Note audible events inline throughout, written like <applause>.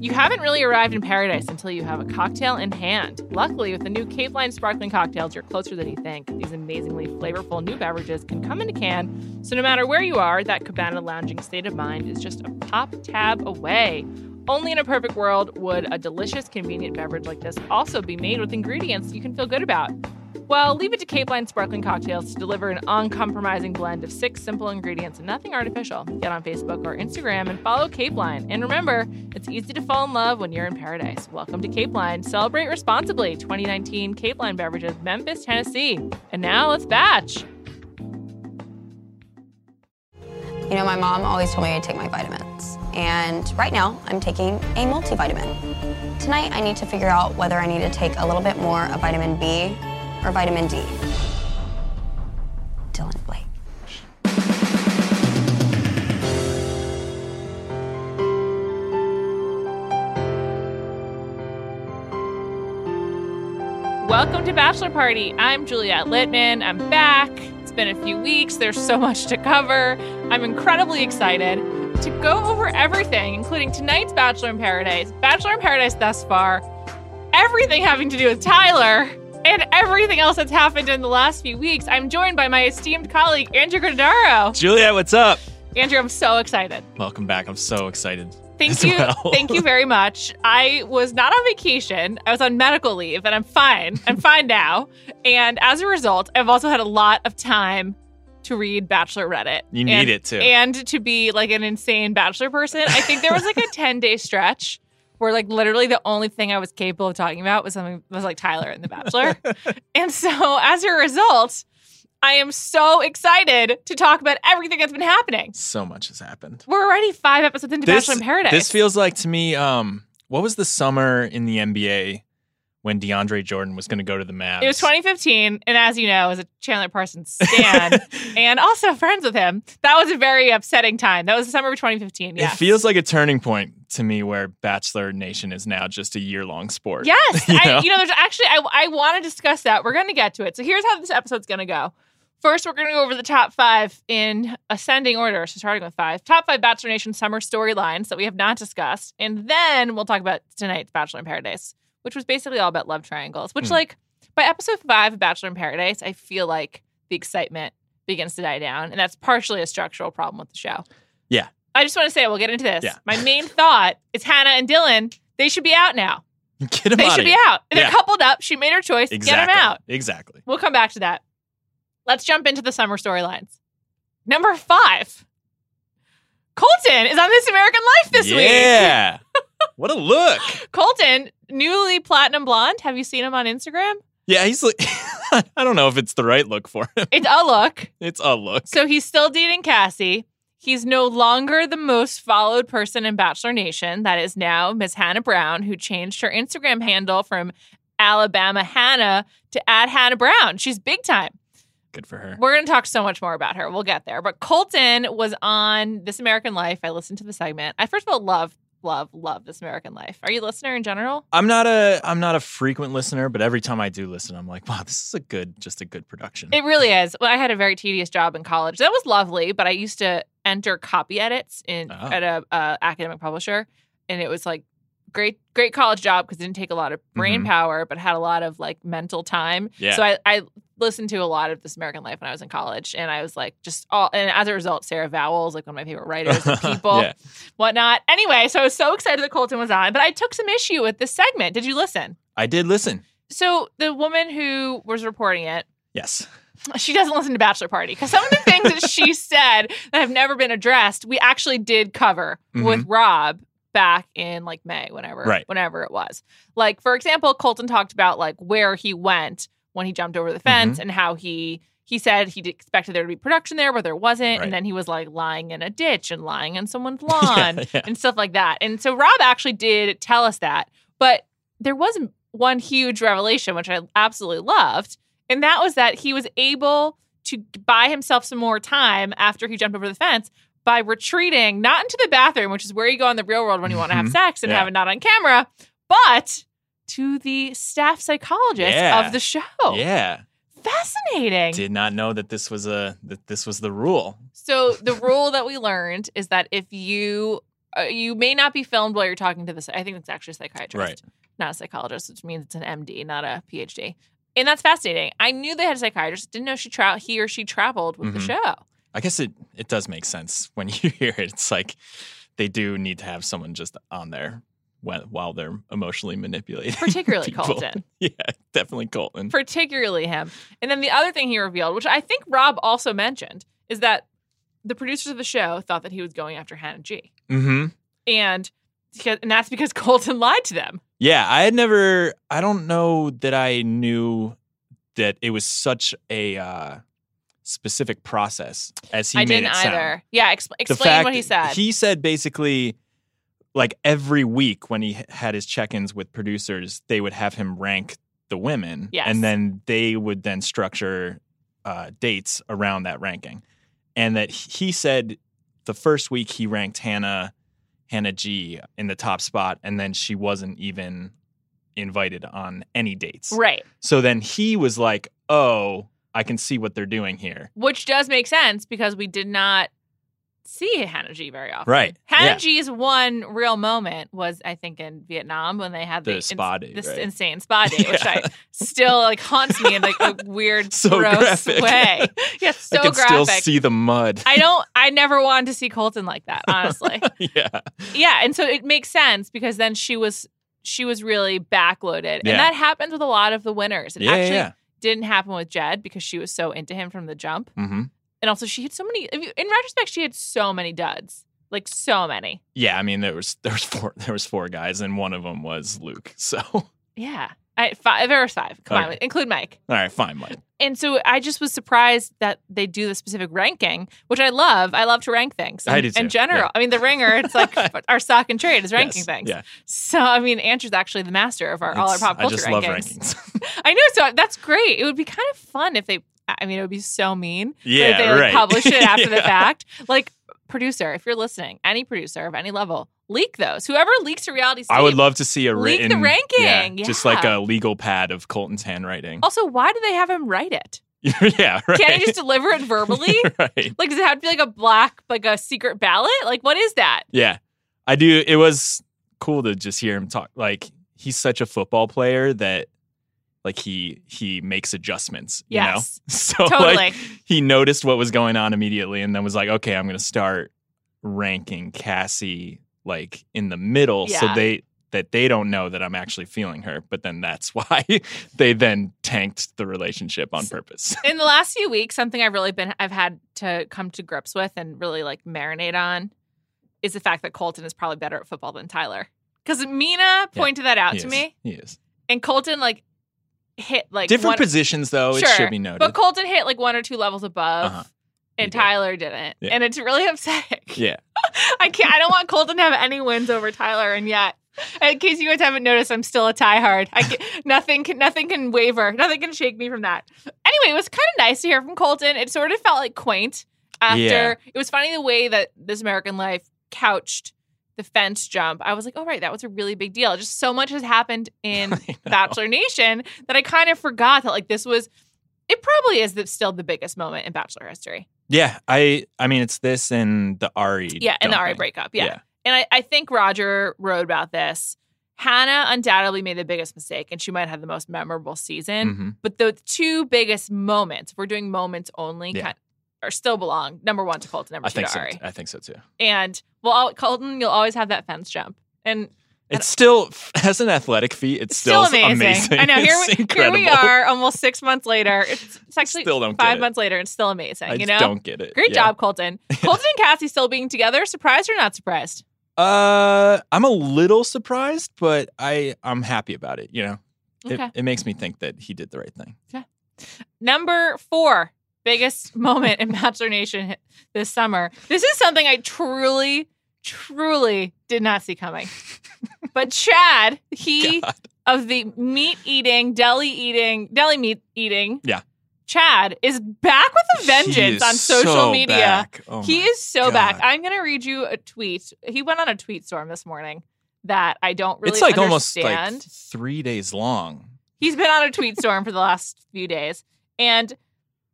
You haven't really arrived in paradise until you have a cocktail in hand. Luckily, with the new Cave Line sparkling cocktails, you're closer than you think. These amazingly flavorful new beverages can come in a can, so no matter where you are, that cabana lounging state of mind is just a pop tab away. Only in a perfect world would a delicious, convenient beverage like this also be made with ingredients you can feel good about. Well, leave it to Cape Line Sparkling Cocktails to deliver an uncompromising blend of six simple ingredients and nothing artificial. Get on Facebook or Instagram and follow Cape Line. And remember, it's easy to fall in love when you're in paradise. Welcome to Cape Line. Celebrate responsibly. 2019 Cape Line Beverages, Memphis, Tennessee. And now let's batch. You know, my mom always told me to take my vitamins. And right now, I'm taking a multivitamin. Tonight, I need to figure out whether I need to take a little bit more of vitamin B or vitamin D. Dylan Blake. Welcome to Bachelor Party. I'm Juliette Littman. I'm back. It's been a few weeks. There's so much to cover. I'm incredibly excited to go over everything, including tonight's Bachelor in Paradise, Bachelor in Paradise thus far, everything having to do with Tyler, and everything else that's happened in the last few weeks. I'm joined by my esteemed colleague, Andrew Granadaro. Juliet, what's up? Andrew, I'm so excited. Welcome back. I'm so excited. Thank as you. well. Thank you very much. I was not on vacation. I was on medical leave and I'm fine. I'm fine now. And as a result, I've also had a lot of time to read Bachelor Reddit. You And- need it too. And to be like an insane Bachelor person. I think there was like <laughs> a 10 day stretch where like literally the only thing I was capable of talking about was something was like Tyler and the <laughs> Bachelor. and so as a result, I am so excited to talk about everything that's been happening. so much has happened. We're already five episodes into This- Bachelor in Paradise. This feels like to me, um, what was the summer in the NBA when DeAndre Jordan was going to go to the Mavs? It was 2015, and as you know, as a Chandler Parsons <laughs> stan and also friends with him, that was a very upsetting time. That was the summer of 2015. Yeah. It feels like a turning point to me where Bachelor Nation is now just a year long sport. Yes, You I, know? you know, there's actually I, I want to discuss that. We're going to get to it. So here's how this episode's going to go. First, we're going to go over the top five in ascending order. So starting with five, top five Bachelor Nation summer storylines that we have not discussed, and then we'll talk about tonight's Bachelor in Paradise, which was basically all about love triangles. Which, Hmm. like, by episode five of Bachelor in Paradise, I feel like the excitement begins to die down, and that's partially a structural problem with the show. Yeah. I just want to say we'll get into this. Yeah. My main thought is Hannah and Dylan. They should be out now. <laughs> Get him They out should of be here. out. They're Yeah. coupled up. She made her choice. Get Exactly. them out. Exactly. We'll come back to that. Let's jump into the summer storylines. Number five. Colton is on This American Life this week. <laughs> yeah. what a look. Colton, newly platinum blonde. Have you seen him on Instagram? Yeah, he's like, <laughs> I don't know if it's the right look for him. It's a <laughs> look. It's a look. So he's still dating Cassie. He's no longer the most followed person in Bachelor Nation. That is now Miss Hannah Brown, who changed her Instagram handle from Alabama Hannah to at Hannah Brown. She's big time. Good for her. We're going to talk so much more about her. We'll get there. But Colton was on This American Life. I listened to the segment. I first of all love, love, love This American Life. Are you a listener in general? I'm not a I'm not a frequent listener, but every time I do listen, I'm like, wow, this is a good just a good production. It really is. Well, I had a very tedious job in college. That was lovely, but I used to enter copy edits in Oh. at a uh, academic publisher, and it was like great, great college job because it didn't take a lot of brain Mhm. power, but had a lot of like mental time. yeah. So I, I listened to a lot of This American Life when I was in college, and I was like, just all. And as a result, Sarah Vowell's like one of my favorite writers, <laughs> and people, Yeah. whatnot. Anyway, so I was so excited that Colton was on, but I took some issue with this segment. Did you listen? I did listen. So the woman who was reporting it, Yes. <laughs> she doesn't listen to Bachelor Party because some of the things that she said that have never been addressed, we actually did cover with Rob back in like May, whenever, Mm-hmm. Right. whenever it was. Like for example, Colton talked about like where he went when he jumped over the fence Mm-hmm. and how he he said he expected there to be production there, but there wasn't, Right. and then he was like lying in a ditch and lying on someone's lawn <laughs> Yeah, yeah. and stuff like that. And so Rob actually did tell us that, but there was one huge revelation which I absolutely loved, and that was that he was able to buy himself some more time after he jumped over the fence by retreating not into the bathroom, which is where you go in the real world when you want to have Mhm. sex and Yeah. have it not on camera, but to the staff psychologist Yeah. of the show. Yeah. Fascinating. Did not know that this was a that this was the rule. So the rule that we learned is that if you uh, you may not be filmed while you're talking to this. I think it's actually a psychiatrist, Right. not a psychologist, which means it's an MD, not a PhD. And that's fascinating. I knew they had a psychiatrist. Didn't know she tra- he or she traveled with Mhm. the <laughs> show. I guess it it does make sense when <laughs> you hear it. It's like they do need to have someone just on there when, while they're emotionally manipulating. Particularly <laughs> people. Colton. Yeah, definitely Colton. particularly him. And then the other thing he revealed, which I think Rob also mentioned, is that the producers of the show thought that he was going after Hannah G. mm-hmm. And and that's because <laughs> Colton lied to them. Yeah, I had never. I don't know that I knew that it was such a uh, specific process as he I made didn't it sound. either. Yeah, expl- The explain what fact- he said. He said basically, like every week when he h- had his check-ins with producers, they would have him rank the women, Yes. and then they would then structure uh, dates around that ranking. And that he said the first week he ranked Hannah Hannah G in the top spot, and then she wasn't even invited on any dates. right. So then he was like, "Oh, I can see what they're doing here." Which does make sense because we did not see Hannah G very often. Right. Hannah Yeah. G's one real moment was, I think, in Vietnam when they had The the, spa date, this right? insane <laughs> spa date, which I still like haunts me in like a weird, So gross graphic. <laughs> way. Yes, so I can graphic. still see the mud. I don't. I never wanted to see Colton like that, honestly. <laughs> yeah. yeah, and so it makes sense because then she was she was really backloaded, Yeah. and that happens with a lot of the winners. It Yeah, actually yeah, didn't happen with Jed because she was so into him from the jump, yeah. hmm and also she had so many. If you, in retrospect, she had so many duds, like so many. Yeah, I mean there was there was four there was four guys and one of them was Luke. So <laughs> all Yeah, I, five. There was five. Come on, Okay. include Mike. right, fine, Mike. And so I just was surprised that they do the specific ranking, which I love. I love to rank things. I in- do too, In general, yeah. I mean, the ringer. It's <laughs> like our stock and trade is ranking Yes, things. Yeah, So I mean, Andrew's actually the master of our all our It's- pop I culture just rankings. love <laughs> rankings. <laughs> I know, so that's great. It would be kind of fun if they. I mean, it would be so mean. but yeah, if they like, right. publish it after the <laughs> Yeah. fact. Like producer, if you're listening, any producer of any level, leak those. Whoever leaks a reality, I would tape- love to see a Leak the written ranking, yeah, just like yeah. a legal pad of Colton's handwriting. Also, why do they have him write it? <laughs> yeah, right. Can't he just deliver it <laughs> verbally? right. Like, does it have to be like a black, like a secret ballot? Like, what is that? Yeah, I do. It was cool to just hear him talk. Like he's such a football player that like he he makes adjustments. You know? Yes, <laughs> So totally. like he noticed what was going on immediately and then was like, okay, I'm going to start ranking Cassie like in the middle so Yeah. they that they don't know that I'm actually feeling her, but then that's <laughs> why they then tanked the relationship on S- purpose. In the last few weeks, something I've really been I've had to come to grips with and really like marinate on is the fact that Colton is probably better at football than Tyler. Because Mina pointed that out He to is. me, He is. and Colton like hit like Different one- positions though, it Sure, should be noted. but <laughs> Colton hit like one or two levels above, Uh-huh. He and did. Tyler didn't, Yeah. and it's really upsetting. <laughs> yeah. I can't. I don't want Colton to have any wins over Tyler, and yet, in case you guys haven't noticed, I'm still a tie hard. I can, <laughs> nothing can nothing can waver. Nothing can shake me from that. Anyway, it was kind of nice to hear from Colton. It sort of felt like quaint after. Yeah. It was funny the way that This American Life couched the fence jump. I was like, oh right, that was a really big deal. Just so much has happened <laughs> in I know. <laughs> Bachelor Nation that I kind of forgot that like this was. It probably is the, still the biggest moment in Bachelor history. Yeah, I I mean it's this and the Ari. Yeah, and the Ari dumping. breakup. yeah. and I, I think Roger wrote about this. Hannah undoubtedly made the biggest mistake, and she might have the most memorable season. Mhm. But the two biggest moments, if we're doing moments only, Yeah. kind or still belong number one to Colton, number I two think to so. Ari. I think so too. And well, al- Colton, you'll always have that fence jump, and It's still <laughs> as an athletic feat. It's, it's still, amazing. I <laughs> know. Here It's we here we incredible. are, almost six months later. It's, <laughs> it's actually Still don't get five it. months later, and it's still amazing. I you just know, don't get it. great <laughs> Yeah. job, Colton. Colton and Cassie still being together. Surprised or not surprised? Uh, I'm a little surprised, but I I'm happy about it. You know, It- Okay. it, makes me think that he did the right thing. <laughs> Number four, biggest <laughs> moment in Bachelor Nation this summer. This is something I truly, truly did not see <laughs> coming. But Chad, he God. of the meat eating, deli eating, deli meat eating. Yeah. Chad is back with a He vengeance is on social so media. back. Oh he my- is so God. back. I'm going to read you a tweet. He went on a tweet storm this morning that I don't really it's like understand. almost like three days long. He's been on a tweet storm for the last <laughs> few days, and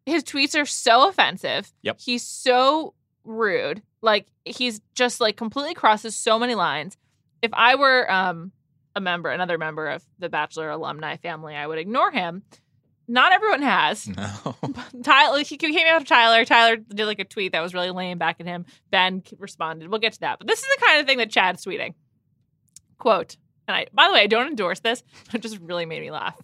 his tweets are so offensive. Yep. He's so rude. Like he's just like completely crosses so many lines. If I were um a member, another member of the Bachelor alumni family, I would ignore him. Not everyone has. No. Tyler, he came after Tyler. Tyler did like a tweet that was really lame back at him. Ben responded. We'll get to that. But this is the kind of thing that Chad's tweeting. Quote, and I, by the way, I don't endorse this, but it just really made me laugh.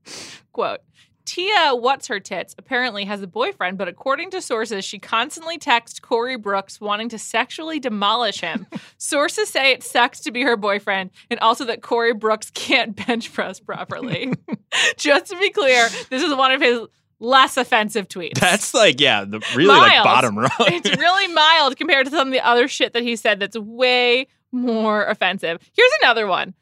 <laughs> Quote, Tia, what's her tits, apparently has a boyfriend, but according to sources, she constantly texts Corey Brooks wanting to sexually demolish him. sources say it sucks to be her boyfriend and also that Corey Brooks can't bench press properly. Just to be clear, this is one of his less offensive tweets. <laughs> That's like, yeah, the really like Miles. bottom rung. it's really mild compared to some of the other shit that he said that's way more offensive. Here's another one.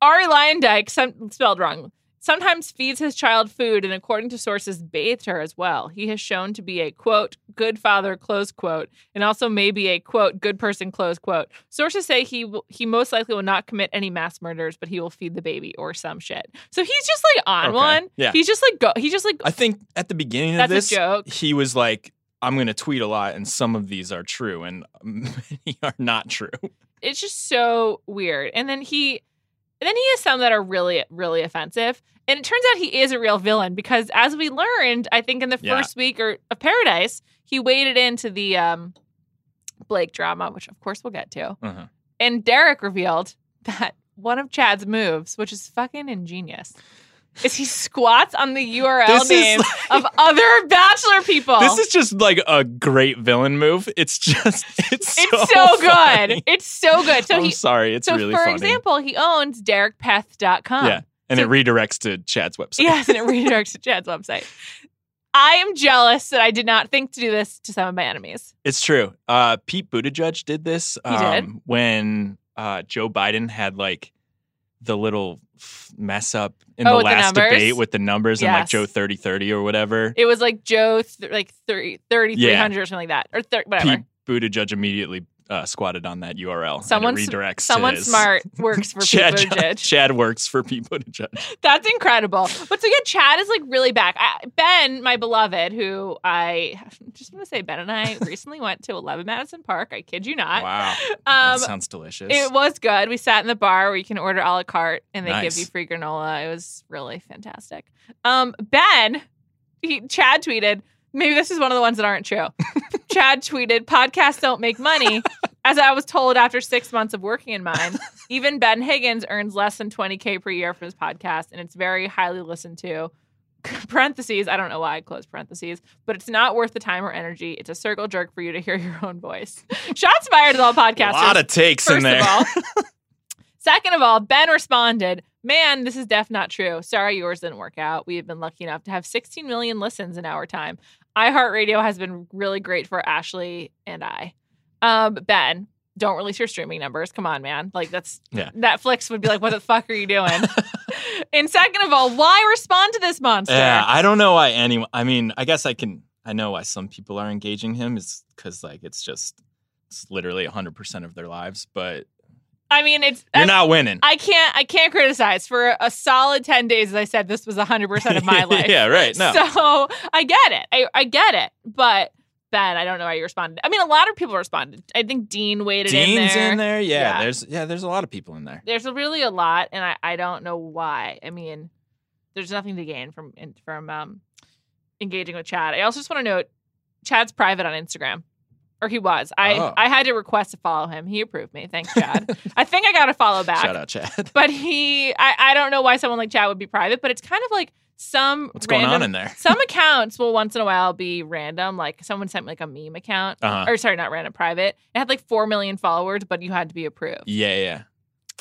Ari Lyondike, some, spelled wrong, sometimes feeds his child food and, according to sources, bathed her as well. He has shown to be a quote, good father, close quote, and also maybe a quote, good person, close quote. Sources say he will, he most likely will not commit any mass murders, but he will feed the baby or some shit. So he's just like on Okay. one. Yeah. He's just like, go, he's just like, <laughs> I think at the beginning of That's a this, joke. he was like, I'm going to tweet a lot, and some of these are true, and <laughs> many are not true. it's just so weird. And then he, and then he has some that are really, really offensive. And it turns out he is a real villain because, as we learned, I think in the Yeah. first week or of Paradise, he waded into the um, Blake drama, which of course we'll get to. Uh-huh. And Derek revealed <laughs> that one of Chad's moves, which is fucking ingenious, is he squats on the URL This is names of other <laughs> Bachelor people. This is just like a great villain move. It's just, <laughs> it's, it's so, good. funny. It's so good. So I'm he sorry. It's so really for funny. example, he owns derekpeth.com. <laughs> yeah. And so- it redirects to Chad's website. Yes, and it redirects to Chad's website. I am jealous that I did not think to do this to some of my enemies. It's true. Uh, Pete Buttigieg did this um, He did. when uh, Joe Biden had like the little f- mess up in Oh, the with the last numbers? debate with the numbers and like Yes. Joe 3030 or whatever. It was like Joe, th- like 30, 30 Yeah. 300 or something like that, or thir- whatever. Pete Buttigieg immediately uh, squatted on that URL. Someone and s- it redirects. Someone to his- smart <laughs> works for Pete Chad, Buttigieg. Chad works for Pete Buttigieg. That's incredible. But so yeah, Chad is like really back. I, ben, my beloved, who I <laughs> just want to say, Ben and I recently went to 11 Madison Park. I kid you not. Wow, <laughs> that Um, sounds delicious. It was good. We sat in the bar where you can order a la carte and they give Nice. you free granola. It was really fantastic. Um, ben, he, Chad tweeted, maybe this is one of the ones that aren't <laughs> true. Chad tweeted, podcasts don't make money. As I was told after six months of working in <laughs> mine, even Ben Higgins earns less than 20K per year from his podcast, and it's very highly listened to. <laughs> parentheses, I don't know why I closed parentheses, but it's not worth the time or energy. It's a circle jerk for you to hear your own voice. <laughs> Shots fired at all podcasters. a lot of takes First in there. of all. Second of all, Ben responded, Man, this is def not true. Sorry yours didn't work out. We have been lucky enough to have 16 million listens in our time. iHeartRadio has been really great for Ashley and I. Um, Ben, don't release your streaming numbers. Come on, man. Like that's Yeah. Netflix would be like, what the fuck are you <laughs> doing? and second of all, why respond to this monster? <laughs> Yeah, I don't know why anyone. I mean, I guess I can. I know why some people are engaging him is because like it's just it's literally hundred percent of their lives, but I mean, it's you're not winning. I can't I can't criticize for a solid 10 days as I said this was 100% of my life. <laughs> yeah, <laughs> right. No, So I get it. I, I get it. But Ben, I don't know why you responded. I mean, a lot of people responded. I think Dean waited Dean's in there. Yeah, Yeah. there's yeah, there's a lot of people in there. There's really a lot, and I, I don't know why. I mean, there's nothing to gain from in- from um, engaging with Chad. I also just want to note Chad's private on Instagram. Or he was. I Oh. I had to request to follow him. He approved me. Thanks, Chad. <laughs> I think I got to follow back. Shout out Chad. <laughs> But he, I, I don't know why someone like Chad would be private, but it's kind of like some What's random going on in there? some accounts will once in a while be random. Like someone sent me like a meme account, Uh-huh. or sorry, not random, private. It had like four million followers, but you had to be approved. Yeah, yeah.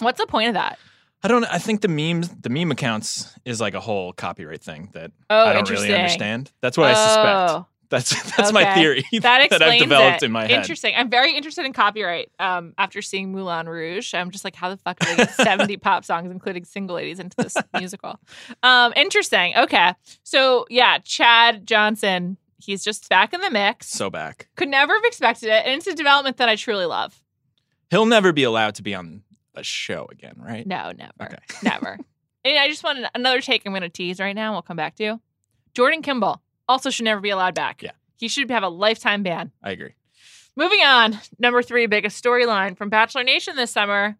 What's the point of that? I don't. I think the memes, the meme accounts, is like a whole copyright thing that Oh, I don't interesting. really understand. That's what I suspect. Oh, That's <laughs> that's my okay. theory That <laughs> that I've explains developed it. in my head. Interesting. I'm very interested in copyright. Um, after seeing Moulin Rouge, I'm just like, how the fuck did they <laughs> get 70 pop songs, including single ladies, into this <laughs> musical? Um, interesting. Okay, so yeah, Chad Johnson, he's just back in the mix. So back. Could never have expected it, and it's a development that I truly love. He'll never be allowed to be on a show again, right? No, never. Okay. <laughs> Never. and I just want another take I'm going to tease right now. We'll come back to Jordan Kimball also should never be allowed back. Yeah. He should have a lifetime ban. I agree. Moving on, number three biggest storyline from Bachelor Nation this summer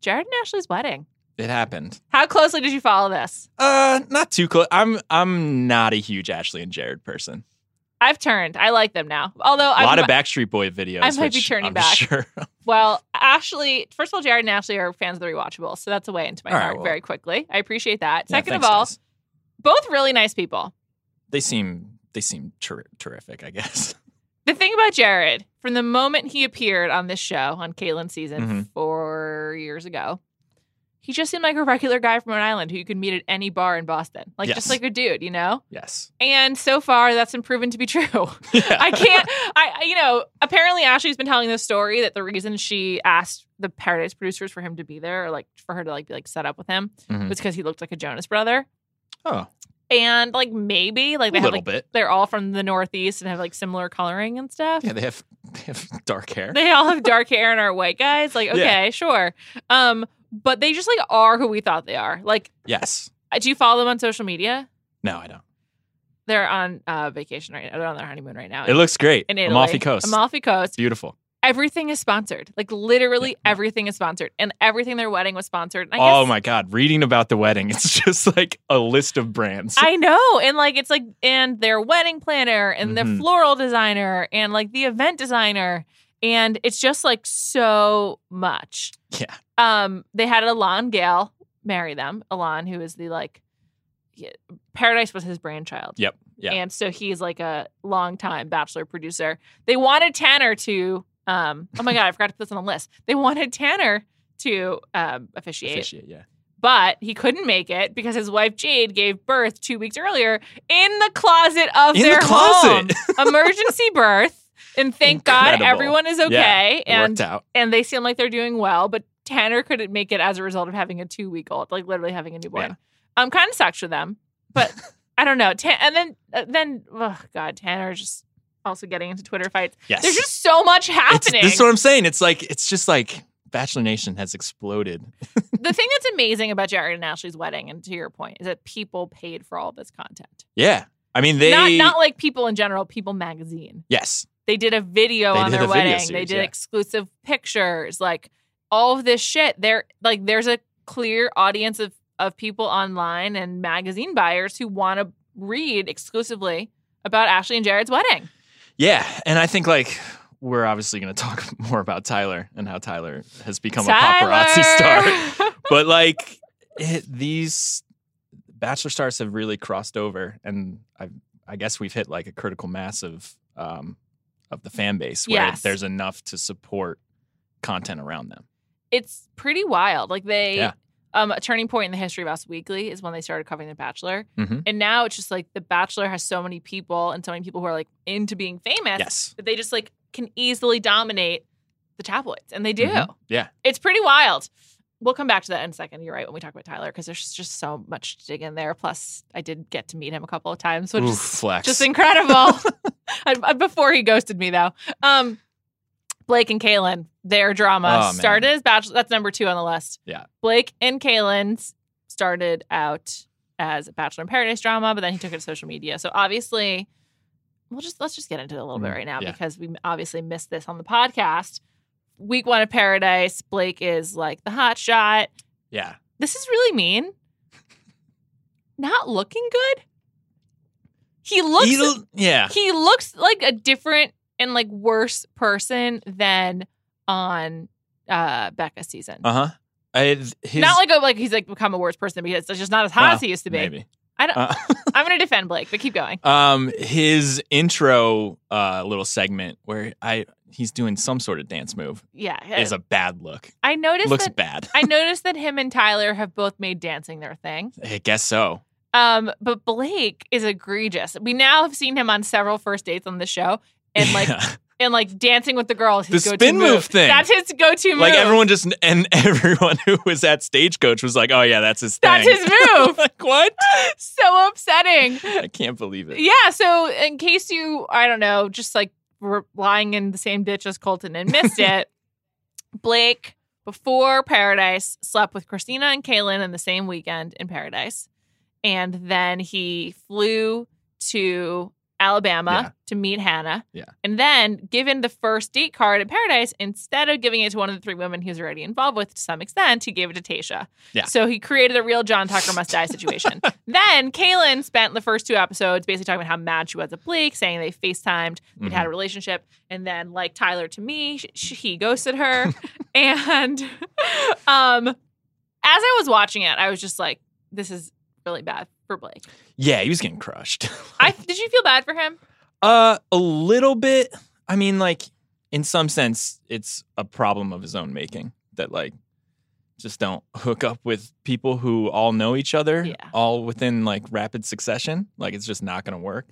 Jared and Ashley's wedding. It happened. How closely did you follow this? Uh, not too close. I'm I'm not a huge Ashley and Jared person. I've turned. I like them now. Although A lot I'm, of Backstreet Boy videos. I might be which turning I'm back. Sure. <laughs> well, Ashley, first of all, Jared and Ashley are fans of the rewatchables, so that's a way into my All right, heart well. very quickly. I appreciate that. Yeah, Second thanks, of all, guys. both really nice people. they seem they seem ter- terrific. I guess. <laughs> The thing about Jared, from the moment he appeared on this show on Caitlin's season Mhm. four years ago, he just seemed like a regular guy from Rhode Island who you could meet at any bar in Boston. Like just Yes. like a dude, you know? Yes. And so far that's been proven to be <laughs> true. <laughs> I can't. I I- you know. Apparently, Ashley's been telling this story that the reason she asked the Paradise producers for him to be there, or like for her to like be like set up with him, Mhm. was because he looked like a Jonas brother. Oh, And like maybe like a they have little like bit. they're all from the Northeast and have like similar coloring and stuff. Yeah, they have they have <laughs> dark hair. <laughs> They all have dark hair and are white guys. Like Yeah. okay, sure. Um, but they just like are who we thought they are. Like, uh, yes. do you follow them on social media? No, I don't. They're on uh, vacation right now. They're on their honeymoon right now. It looks great. in Italy. Amalfi Coast. Amalfi Coast. Beautiful. everything is sponsored. Like literally Yeah. everything is sponsored, and everything their wedding was sponsored. And I Oh guess- my God! Reading about the wedding, it's <laughs> just like a list of brands. I know, and like it's like and their wedding planner and the Mhm. floral designer and like the event designer, and it's just like so much. yeah. Um, they had Alon Gale marry them. Alon, who is the like, yeah, Paradise was his brainchild. Yep. Yeah. And so he's like a longtime bachelor producer. They wanted Tanner to um oh my god, I forgot to put this on the list. They wanted Tanner to um officiate, Officiate, yeah. but he couldn't make it because his wife Jade gave birth 2 weeks earlier in the closet of In the their closet. home. <laughs> Emergency birth. And thank God Incredible. everyone is okay It worked and out. and they seem like they're doing well, but Tanner couldn't make it as a result of having a 2 week old, like literally having a newborn. Yeah. Um kind of sucks for them, <laughs> but I don't know. Tan- and then, uh, then, oh god, Tanner is just also getting into Twitter fights. Yes. There's just so much It's- happening. This is what I'm saying. It's like it's just like Bachelor Nation has exploded. the thing that's amazing about Jared and Ashley's wedding, and to your point, is that people paid for all this content. Yeah. I mean they not not like people in general, People Magazine. Yes. They did a video They on did their a video wedding. they series, did yeah. exclusive pictures, like all of this shit. There, like, there's a clear audience of of people online and magazine buyers who want to read exclusively about Ashley and Jared's wedding. Yeah. And I think like we're obviously gonna talk <laughs> more about Tyler and how Tyler has become a paparazzi <laughs> star. Tyler! But like it, these Bachelor stars have really crossed over and I I guess we've hit like a critical mass of um of the fan base where Yes. there's enough to support content around them. it's pretty wild. Like they, Yeah. um, a turning point in the history of Us Weekly is when they started covering The Bachelor, Mhm. and now it's just like The Bachelor has so many people and so many people who are like into being famous Yes. that they just like can easily dominate the tabloids, and they do. Mhm. Yeah. It's pretty wild. We'll come back to that in a second. You're right when we talk about Tyler because there's just so much to dig in there. Plus, I did get to meet him a couple of times, which Ooh, is flex. just <laughs> incredible. I- I- Before he ghosted me, though, um, Blake and Kaylin, their drama Oh, man. started as bachelor. That's number two on the list. Yeah. Blake and Kaylin's started out as a Bachelor in Paradise drama, but then he took it to social media. So obviously, we'll just let's just get into it a little bit Mm, right now yeah. because we obviously missed this on the podcast. Week one of Paradise, Blake is like the hot shot. yeah. This is really <laughs> mean. Not looking good. He looks He l- yeah. he looks like a different and like worse person than on uh Becca's season. Uh huh. His not like a, like he's like become a worse person because it's just not as hot Well, as he used to be. maybe. I don't- Uh, <laughs> I'm gonna defend Blake, but keep going. um, his intro uh little segment where I he's doing some sort of dance move Yeah, uh, is a bad look. I noticed Looks that bad. I noticed that him and Tyler have both made dancing their thing. I guess so. Um, but Blake is egregious. We now have seen him on several first dates on the show, <laughs> and like Yeah. <laughs> and like dancing with the girls. His The go-to spin move thing. That's his go-to move. like everyone just and <laughs> everyone who was at stagecoach was like, oh yeah, that's his thing. That's his move. <laughs> like what? <laughs> so upsetting. I can't believe it. Yeah. So in case you, I don't know, just like were lying in the same ditch as Colton and <laughs> missed it, Blake before Paradise slept with Christina and Kaylin in the same weekend in Paradise, and then he flew to Alabama Yeah. to meet Hannah. Yeah. And then given the first date card at Paradise, instead of giving it to one of the three women he was already involved with to some extent, he gave it to Tasha. Yeah. So he created a real John Tucker must die <laughs> situation. then Kaylin spent the first two episodes basically talking about how mad she was at Blake, saying they FaceTimed, they'd Mm-hmm. had a relationship. And then, like Tyler to me, sh- sh- he ghosted her. and <laughs> um, as I was watching it, I was just like, this is really bad for Blake. Yeah, he was getting crushed. <laughs> I did you feel bad for him? Uh, a little bit. I mean, like in some sense, it's a problem of his own making that like just don't <laughs> hook up with people who all know each other Yeah. all within like rapid succession. Like it's just not going to work.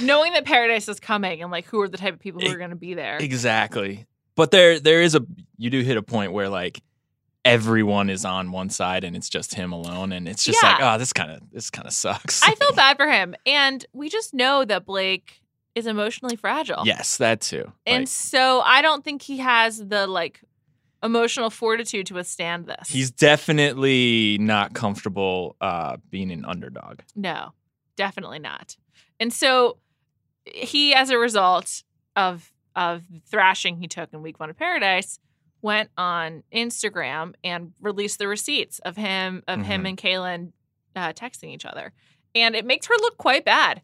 Knowing that paradise is coming and like who are the type of people who E- are going to be there? Exactly. But there there is a you do hit a point where like everyone is on one side and it's just him alone and it's just like, oh, this kind of this kind of sucks. I feel bad for him, and we just know that Blake is emotionally fragile. <laughs> yes, that too. and Like, so I don't think he has the like emotional fortitude to withstand this. he's definitely not comfortable uh being an underdog. no, definitely not. And so he, as a result of of the thrashing he took in Week One of Paradise, went on Instagram and released the receipts of him of him Mhm. and Kaylin uh, texting each other, and it makes her look quite bad.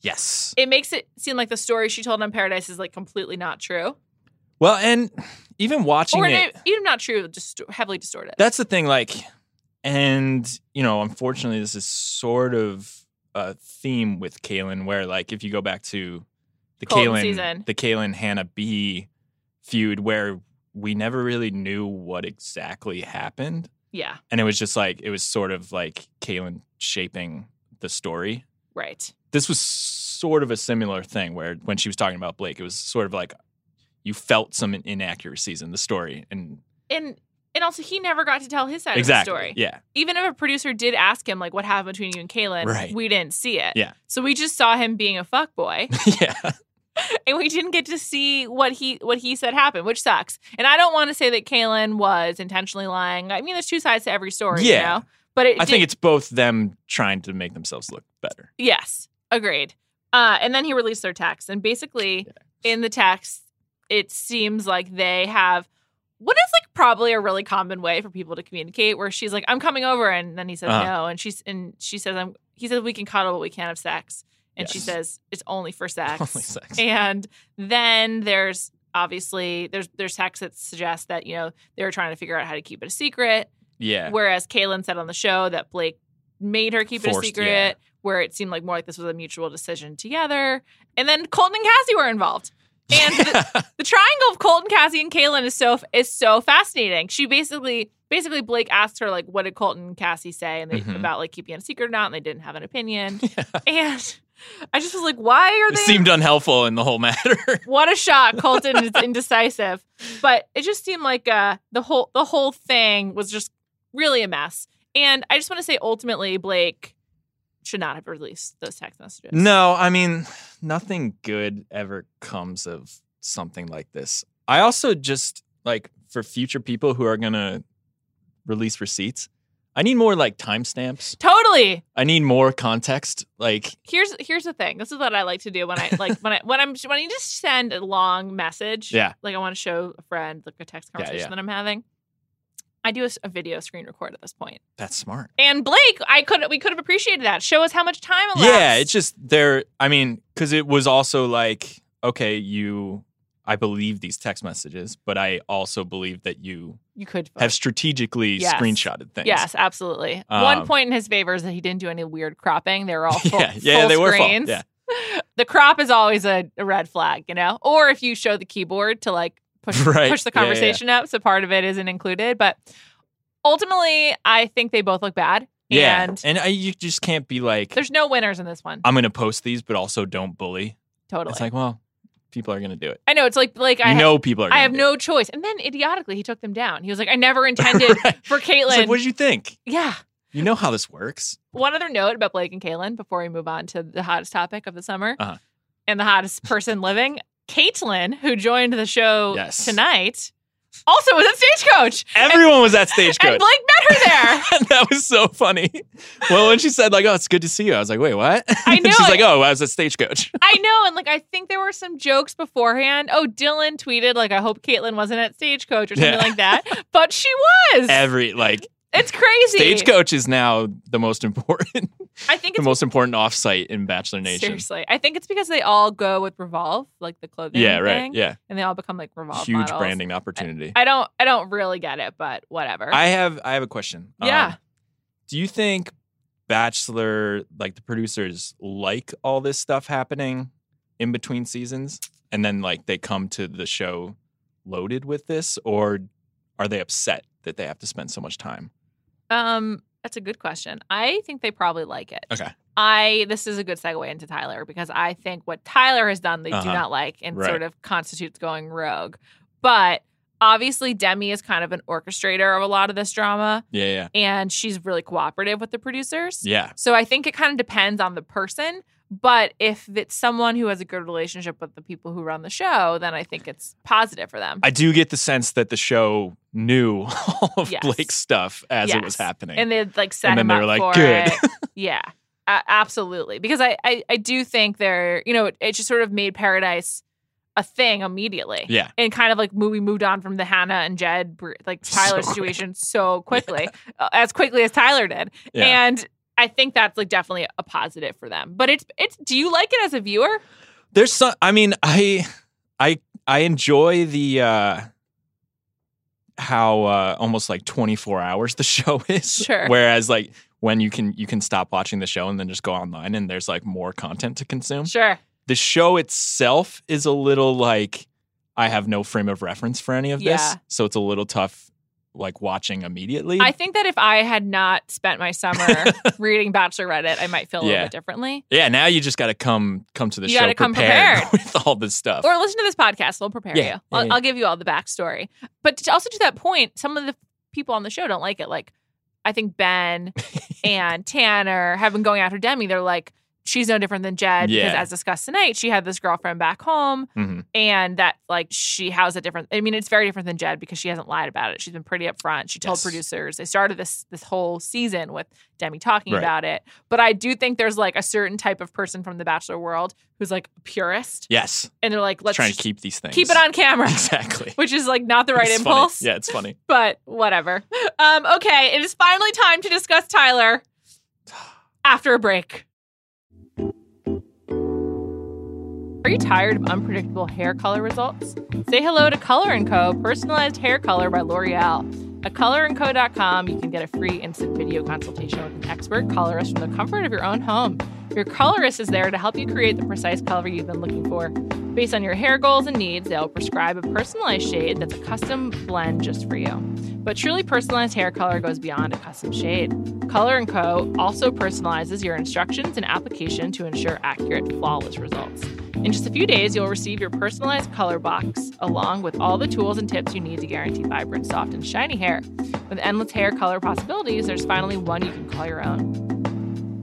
Yes. It makes it seem like the story she told on Paradise is like completely not true, Well, and even watching or it, no, even not true, just heavily distorted. that's the thing. Like, and you know, unfortunately, this is sort of a theme with Kalen, where like if you go back to the Colton Kalen, season. the Kalen Hannah B feud, where we never really knew what exactly happened, yeah, and it was just like it was sort of like Kalen shaping the story. right. This was sort of a similar thing where when she was talking about Blake, it was sort of like you felt some inaccuracies in the story, and And and also he never got to tell his side exactly, of the story. yeah. <laughs> even if a producer did ask him like what happened between you and Kaylin, Right. we didn't see it. Yeah. So we just saw him being a fuck <laughs> boy, yeah. and we didn't get to see what he what he said happened, which sucks. And I don't want to say that Kaylin was intentionally lying. I mean, there's two sides to every story, you Yeah. know. But it I did- think it's both them trying to make themselves look better. <laughs> Yes, agreed. Uh, and then he released their text, and basically in the text, it seems like they have what is like probably a really common way for people to communicate, where she's like, "I'm coming over," and then he says Uh-huh. no, and she's and she says, "I'm." He says, "We can cuddle, but we can't have sex," and she Yes. says, "It's only for sex." Only sex. And then there's obviously there's there's text that suggests that you know they were trying to figure out how to keep it a secret. Yeah. <laughs> Whereas Kaylin said on the show that Blake made her keep it a Forced, secret, yeah. where it seemed like more like this was a mutual decision together. And then Colton and Cassie were involved. And <laughs> the, the triangle of Colton, Cassie, and Kaylin is so is so fascinating. She basically basically Blake asked her like, what did Colton and Cassie say and they, Mhm. about like keeping it a secret or not, and they didn't have an <laughs> opinion. And I just was like, why are it they seemed unhelpful in the whole matter. <laughs> what a shock colton is indecisive but it just seemed like uh, the whole the whole thing was just really a mess and i just want to say ultimately blake should not have released those text messages no, I mean, nothing good ever comes of something like this. I also just like for future people who are going to release receipts, I need more like timestamps. totally I need more context. Like, here's here's the thing this is what i like to do when i like when i when i'm when i just send a long message Yeah. like i want to show a friend like a text Yeah, conversation yeah. that i'm having i do a, s- a video screen record at this point that's smart. and blake i could we could have appreciated that show us how much time elapsed. Yeah, it's just there. I mean, because it was also like, okay, you, I believe these text messages, but I also believe that you you could have strategically Yes. screenshotted things. <laughs> Yes, absolutely. One Um, point in his favor is that he didn't do any weird cropping. They were all full, <laughs> yeah, yeah, full they were full. screens. Yeah, The crop is always a, a red flag, you know. Or if you show the keyboard to like push <laughs> Right. push the Yeah, yeah, yeah. conversation up, so part of it isn't included. But ultimately, I think they both look bad. yeah, and and, I, you just can't be like, there's no winners in this one. I'm going to post these, but also don't bully. totally. It's like, well, people are going to do it. I know it's like like I you ha- know, people are. Gonna I have do no choice. And then idiotically, he took them down. He was like, I <laughs> never It. intended Right. for It's Caitlyn. like, what did you think? yeah. You know how this works. One other note about Blake and Kaylin before we move on to the hottest topic of the summer Uh-huh. and the hottest person <laughs> living. Caitlin, who joined the show Yes. tonight, also was at Stagecoach. Everyone was at stagecoach. <laughs> And Blake met <laughs> her there. that was so funny. Well, when she said like, "Oh, it's good to see you," I was like, "Wait, what?" I And know <laughs> She's it. like, "Oh, I was <laughs> a stagecoach." I know, and like I think there were some jokes beforehand. Oh, Dylan tweeted like, "I hope Caitlyn wasn't at Stagecoach or something Yeah. like that," <laughs> but she was. Every like it's crazy. stagecoach is now the most important, I think the it's most important offsite in Bachelor Nation. seriously. I think it's because they all go with Revolve, like the clothing. Yeah, right. thing, Yeah, And they all become like Revolve. huge models. branding opportunity. I don't. I don't really get it, but whatever. I have I have a question. Um, Yeah. do you think Bachelor, like the producers, like all this stuff happening in between seasons, and then like they come to the show loaded with this, or are they upset that they have to spend so much time? Um, that's a good question. I think they probably like it. Okay. I this is a good segue into Tyler because I think what Tyler has done they do Uh-huh. not like and Right. sort of constitutes going rogue. But obviously Demi is kind of an orchestrator of a lot of this drama Yeah, yeah, and she's really cooperative with the producers. yeah. So I think it kind of depends on the person. But if it's someone who has a good relationship with the people who run the show, then I think it's positive for them. I do get the sense that the show knew <laughs> all of Yes. Blake's stuff as it was Yes. happening. and they'd like set And then him they up were like, for "Good." it. <laughs> yeah, a- absolutely. Because I, I, I do think they're, you know, it, it just sort of made Paradise a thing immediately. yeah, And kind of like mo- we moved on from the Hannah and Jed, br- like So Tyler <laughs> quick. situation so quickly, uh, as quickly as Tyler did. yeah. And I think that's like definitely a positive for them. But it's, it's, do you like it as a viewer? There's some. I mean, I, I, I enjoy the uh how uh almost like 24 hours the <laughs> show is. Sure. Whereas like when you can you can stop watching the show and then just go online and there's like more content to consume. Sure. The show itself is a little like I have no frame of reference for any of Yeah. this, so it's a little tough like watching immediately. I think that if I had not spent my summer <laughs> reading Bachelor Reddit, I might feel a Yeah. little bit differently. yeah, now you just got to come come to the You show gotta come prepared. <laughs> with all this stuff. Or listen to this podcast. We'll prepare Yeah, you. yeah, I'll, yeah. I'll give you all the backstory. But to also to that point, some of the people on the show don't like it. Like, I think <laughs> Ben and Tanner have been going after Demi. They're like, she's no different than Jed because, Yeah. as discussed tonight, she had this girlfriend back home, Mhm. and that like she how's it different? I mean, it's very different than Jed because she hasn't lied about it. She's been pretty upfront. She told Yes. producers they started this this whole season with Demi talking Right. about it. But I do think there's like a certain type of person from the Bachelor world who's like a purist, Yes, and they're like, let's trying to keep these things. keep it on camera, <laughs> <laughs> Exactly. which is like not the right <laughs> It's funny. impulse, Yeah, it's funny. <laughs> but whatever. Um, okay, it is finally time to discuss Tyler after a break. Are you tired of unpredictable hair color results? Say hello to Color & Co. Personalized Hair Color by L'Oreal. At colorandco.com, you can get a free instant video consultation with an expert colorist from the comfort of your own home. Your colorist is there to help you create the precise color you've been looking for. Based on your hair goals and needs, they'll prescribe a personalized shade that's a custom blend just for you. But truly personalized hair color goes beyond a custom shade. Color & Co. also personalizes your instructions and application to ensure accurate, flawless results. In just a few days, you'll receive your personalized color box along with all the tools and tips you need to guarantee vibrant, soft, and shiny hair. With endless hair color possibilities, there's finally one you can call your own.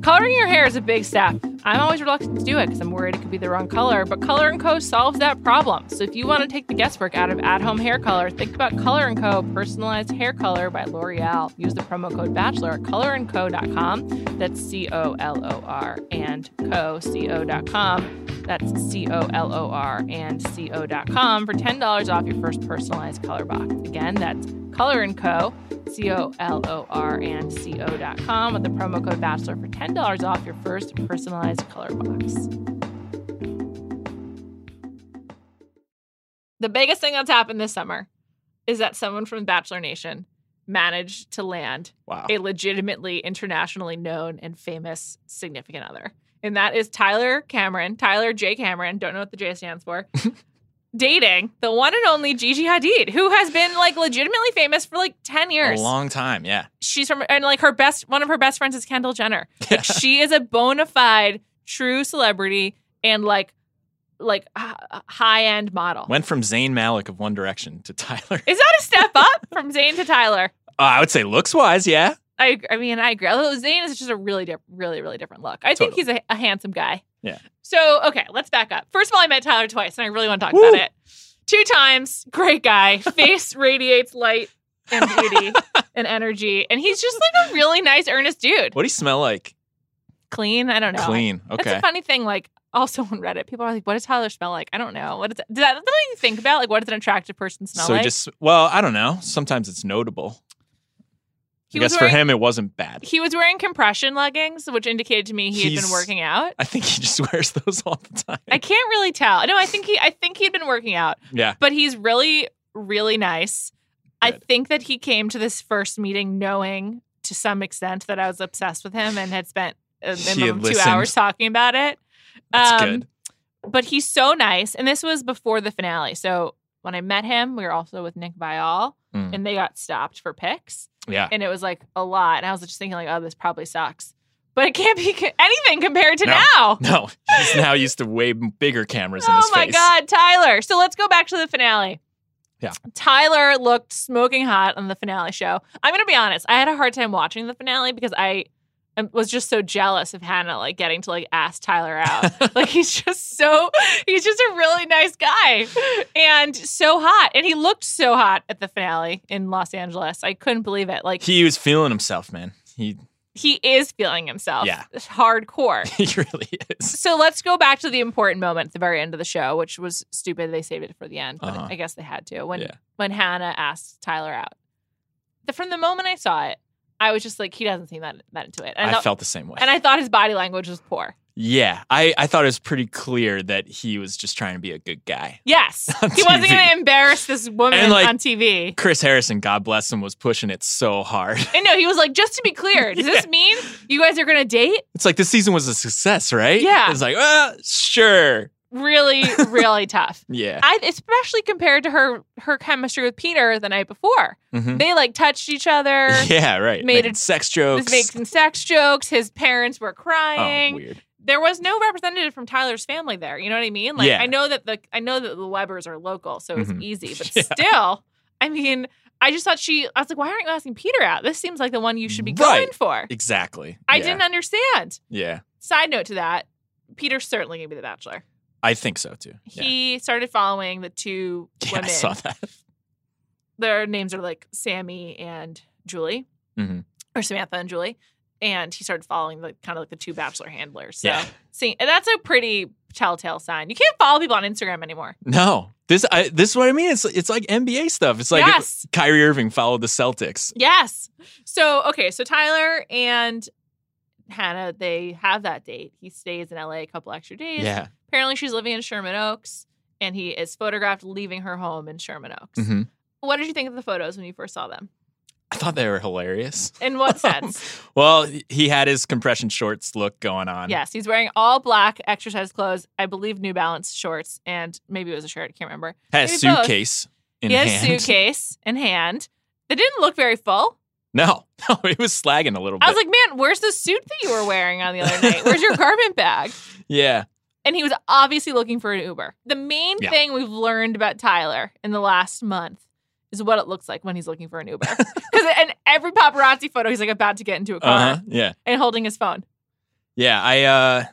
Coloring your hair is a big step. I'm always reluctant to do it because I'm worried it could be the wrong color, but Color & Co. solves that problem. So if you want to take the guesswork out of at-home hair color, think about Color & Co. Personalized Hair Color by L'Oreal. Use the promo code BACHELOR at colorandco.com. That's C-O-L-O-R and co, C-O.com. That's C-O-L-O-R and C-O.com for $10 off your first personalized color box. Again, that's Color & Co. C O L O R and C O dot com with the promo code Bachelor for ten dollars off your first personalized color box. The biggest thing that's happened this summer is that someone from Bachelor Nation managed to land Wow. a legitimately internationally known and famous significant other. And that is Tyler Cameron, Tyler J. Cameron, don't know what the J stands for, dating the one and only Gigi Hadid, who has been like legitimately famous for like 10 A years. long time, yeah. She's from, and like her best, one of her best friends is Kendall Jenner. Like she is a bona fide true celebrity and like, like high end model. Went from Zayn Malik of One Direction to Tyler. <laughs> is that a step up from Zayn to Tyler? Uh, I would say looks wise, yeah. I, I mean, I agree. Although Zayn is just a really, diff- really, really different look. I think Totally. he's a, a handsome guy. Yeah. So, okay, let's back up. First of all, I met Tyler twice, and I really want to talk Woo! about <laughs> it. Two times, great guy. Face radiates light and beauty. and energy. And he's just like a really nice, earnest dude. What do you smell like? Clean. I don't know. Clean. That's Okay. a funny thing. Like also on Reddit, people are like, "What does Tyler smell like?" I don't know. What is that? Does that, is that what you think about? Like, what does an attractive person smell so he like? just well, I don't know. Sometimes it's notable. he I guess was wearing, for him it wasn't bad. he was wearing compression leggings, which indicated to me he had been He's- working out. I think he just <laughs> wears those all the time. I can't really tell. No, I think he. I think he'd been working out, yeah. but he's really, really nice. I Good. think that he came to this first meeting knowing, to some extent, that I was obsessed with him and had spent a He minimum had of two listened. hours talking about it. Um, That's good. But he's so nice, and this was before the finale. So when I met him, we were also with Nick Vial, Mm. and they got stopped for picks, Yeah. and it was like a lot. And I was just thinking, like, oh, this probably sucks. But it can't be co- anything compared to No. now. No, he's now used to way bigger cameras in oh his my face. god, Tyler. So let's go back to the finale. Yeah. Tyler looked smoking hot on the finale show. I'm going to be honest. I had a hard time watching the finale because I um, was just so jealous of Hannah like getting to like ask Tyler <laughs> out. like he's just so he's just a really nice guy and so hot and he looked so hot at the finale in Los Angeles. I couldn't believe it. Like he, He was feeling himself, man. He <laughs> is feeling himself. Yeah. Hardcore. he really is. So let's go back to the important moment at the very end of the show, which was stupid. They saved it for the end, but Uh-huh. I guess they had to. When Yeah. when Hannah asked Tyler out, the, from the moment I saw it, I was just like, he doesn't seem that that into it. And I, I thought, felt the same way. and I thought his body language was poor. yeah, I, I thought it was pretty clear that he was just trying to be a good guy. Yes, <laughs> On he wasn't TV. going to embarrass this woman And, like- on TV. Chris Harrison, God bless him, was pushing it so hard. <laughs> And no, he was like, just to be clear, does this Yeah. mean you guys are going to date? It's like this season was a success, right? Yeah. It's like, uh, sure. <laughs> Really, really tough. Yeah. I especially compared to her her chemistry with Peter the night before. Mhm. They like touched each other. <laughs> Yeah, right. made Made it- sex was jokes. making sex jokes. His parents were oh, crying. weird. there was no representative from Tyler's family there. You know what I mean? Like Yeah. I know that the I know that the Webbers are local, so it's Mhm. easy. But <laughs> Yeah. still, I mean, I just thought she. I was like, why aren't you asking Peter out? This seems like the one you should be going Right. for. Exactly. I Yeah. didn't understand. Yeah. Side note to that, Peter's certainly gonna be the Bachelor. I think so too. Yeah. <laughs> He started following the two Yeah, women. I saw that. Their names are like Sammy and Julie, Mhm. or Samantha and Julie. And he started following the kind of like the two bachelor handlers. So Yeah. See, and that's a pretty telltale sign. You can't follow people on Instagram anymore. No. This I this is what I mean. It's it's like NBA stuff. It's like if yes, Kyrie Irving followed the Celtics. yes. So okay, so Tyler and Hannah, they have that date. He stays in LA a couple extra days. Yeah. Apparently, she's living in Sherman Oaks, and he is photographed leaving her home in Sherman Oaks. hmm What did you think of the photos when you first saw them? I thought they were hilarious. In <laughs> what sense? Oh, Well, he had his compression shorts look going on. yes, he's wearing all black exercise clothes. I believe New Balance shorts, and maybe it was a shirt. I can't remember. Had Maybe a both. suitcase in he has hand. <laughs> suitcase in hand. They didn't look very full. No, <laughs> no, it was slagging a little bit. I was like, man, where's the suit that you were wearing on the other night? Where's your garment bag? yeah. And he was obviously looking for an Uber. The main Yeah. thing we've learned about Tyler in the last month is what it looks like when he's looking for an <laughs> Uber. Because in every paparazzi photo, he's like about to get into a car Uh huh. Yeah. and holding his phone. Yeah, I uh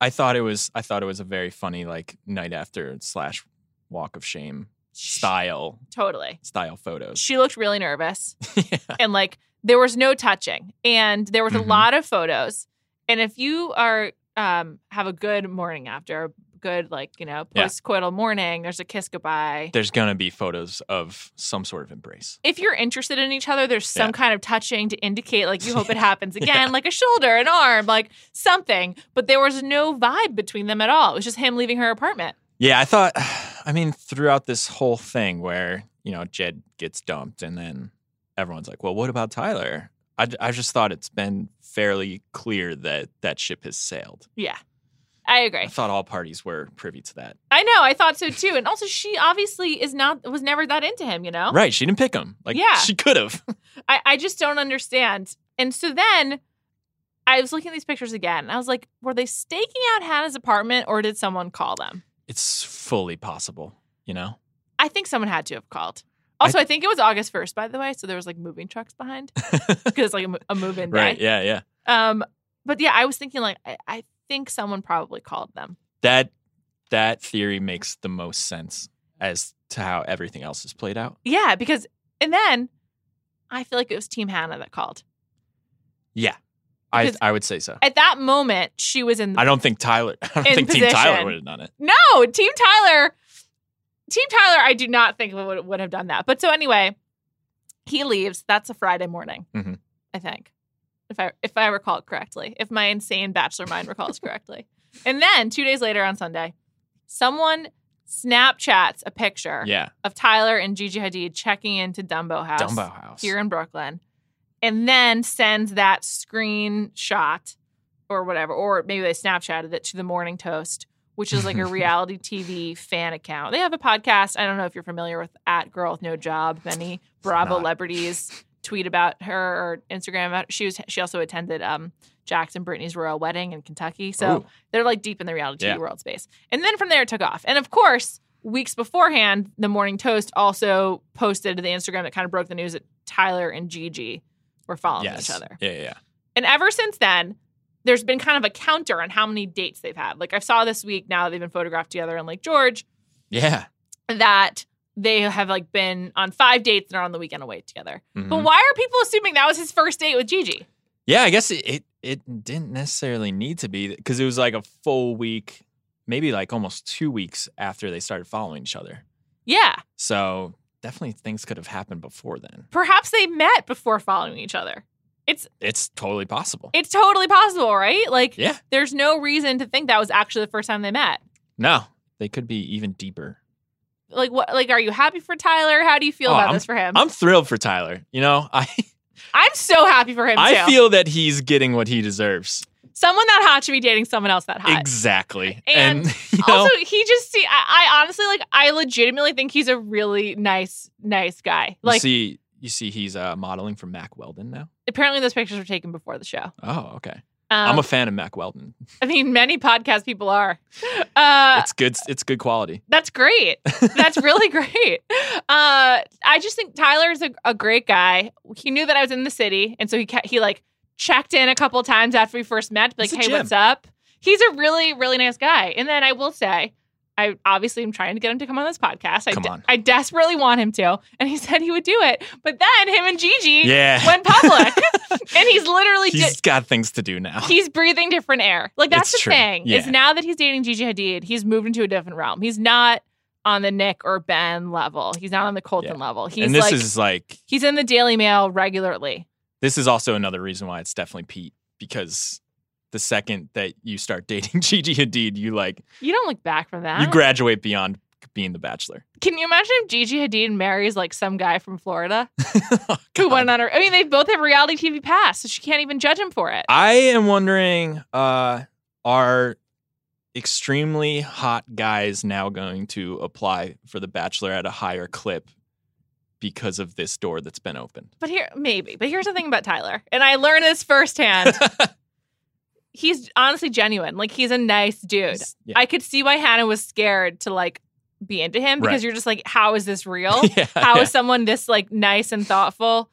I thought it was I thought it was a very funny like night after slash walk of shame style Totally. style photos. She looked really nervous. Oh. <laughs> yeah. and like there was no touching and there was Mhm. a lot of photos and if you are um have a good morning after a good like you know Yeah. postcoital morning there's a kiss goodbye There's gonna be photos of some sort of embrace. if you're interested in each other there's some Yeah. kind of touching to indicate like you hope <laughs> it happens again like a shoulder an arm like something but there was no vibe between them at all it was just him leaving her apartment Yeah, I thought <sighs> I mean throughout this whole thing where, you know, Jed gets dumped and then everyone's like, "Well, what about Tyler?" I, I just thought it's been fairly clear that that ship has sailed. yeah i agree I thought all parties were privy to that. i know i thought so too and also she obviously is not was never that into him you know Right, she didn't pick him. Like Oh. Yeah. she could have. <laughs> I, I just don't understand. And so then I was looking at these pictures again. And I was like, were they staking out Hannah's apartment or did someone call them? it's fully possible, you know? I think someone had to have called. I Also, I, think it was August 1st, by the way. So there was like moving trucks <laughs> behind because it's like a, mo- a move in day. right. Yeah. Yeah. Um, but yeah, I was thinking like, I, I think someone probably called them. That, that theory makes the most sense as to how everything else is played out. Yeah, because, and then I feel like it was Team Hannah that called. Yeah, Because- I I would say so. At that moment, she was in. I don't think Tyler. <laughs> I don't In think Team Tyler position. would have done it. no, Team Tyler. Team Tyler, I do not think would, would have done that. But so anyway, he leaves. That's a Friday morning, Mhm. I think, if I if I recall correctly, if my insane bachelor mind <laughs> recalls correctly. And then two days later on Sunday, someone Snapchats a picture Yeah, of Tyler and Gigi Hadid checking into Dumbo House. Dumbo House. here in Brooklyn, and then sends that screenshot or whatever, or maybe they Snapchatted it to the Morning Toast, which is like <laughs> a reality TV fan account. They have a podcast. I don't know if you're familiar with at Girl with No Job. Many Bravo not. celebrities tweet about her or Instagram about. She was she also attended um, Jackson Brittany's royal wedding in Kentucky, so Ooh, they're like deep in the reality Yeah. TV world space. And then from there it took off. And of course, weeks beforehand, the Morning Toast also posted to the Instagram that kind of broke the news that Tyler and Gigi were following yes. each other. Yeah, yeah, yeah. And ever since then, there's been kind of a counter on how many dates they've had. Like I saw this week now that they've been photographed together in Lake George Yeah. that they have like been on five dates and are on the weekend away together. But Mhm. why are people assuming that was his first date with Gigi? Yeah, I guess it, it it didn't necessarily need to be because it was like a full week, maybe like almost two weeks after they started following each other. Yeah. So definitely things could have happened before then. Perhaps they met before following each other. It's totally possible. It's totally possible, right? Like yeah. there's no reason to think that was actually the first time they met. No, they could be even deeper. Like what? Like, are you happy for Tyler? How do you feel Oh, about I'm- this for him? I'm, I'm thrilled for Tyler. You know, <laughs> I so happy for him. I too. feel that he's getting what he deserves. someone that hot should be dating someone else that hot. Exactly. And And, <laughs> you know, Also, he just see. I, I honestly like. I legitimately think he's a really nice, nice guy. you Like, see you see he's uh, modeling for Mac Weldon now. apparently, those pictures were taken before the show. Oh, okay. Um, I'm a fan of Mac Weldon. I mean, many podcast people are. Uh, it's good it's good quality. That's great. That's really <laughs> great. Uh, I just think Tyler's a, a great guy. He knew that I was in the city, and so he ca- he like checked in a couple times after we first met, to be like, He's a "Hey, gem. what's up?" He's a really really nice guy. And then I will say, I obviously am trying to get him to come on this podcast. I Come de- on. I desperately want him to, and he <laughs> said he would do it. But then him and Gigi Yeah. went <laughs> public, and he's literally He's just got things to do <laughs> now. he's breathing different air. Like that's It's the true. thing. Is Yeah. now that he's dating Gigi Hadid, he's moved into a different realm. He's not on the Nick or Ben level. He's not on the Colton level. He's and this like is like he's in the Daily Mail regularly. this is also another reason why it's definitely Pete because the second that you start <laughs> dating Gigi Hadid, you like You don't look back from that. you graduate beyond being the bachelor. <laughs> Can you imagine if Gigi Hadid marries like some guy from Florida <laughs> Oh, who God. went on her? I mean, they both have reality TV past, so she can't even judge him for it. I am wondering uh, are extremely hot guys now going to apply for the bachelor at a higher clip because of this door that's been opened? But here, maybe. But here's the thing about Tyler, and I learned this <laughs> firsthand. he's honestly genuine. Like he's a nice dude. Yeah. <laughs> I could see why Hannah was scared to like be into him because Right. you're just like, how is this real? <laughs> yeah, How is yeah. someone this like nice and thoughtful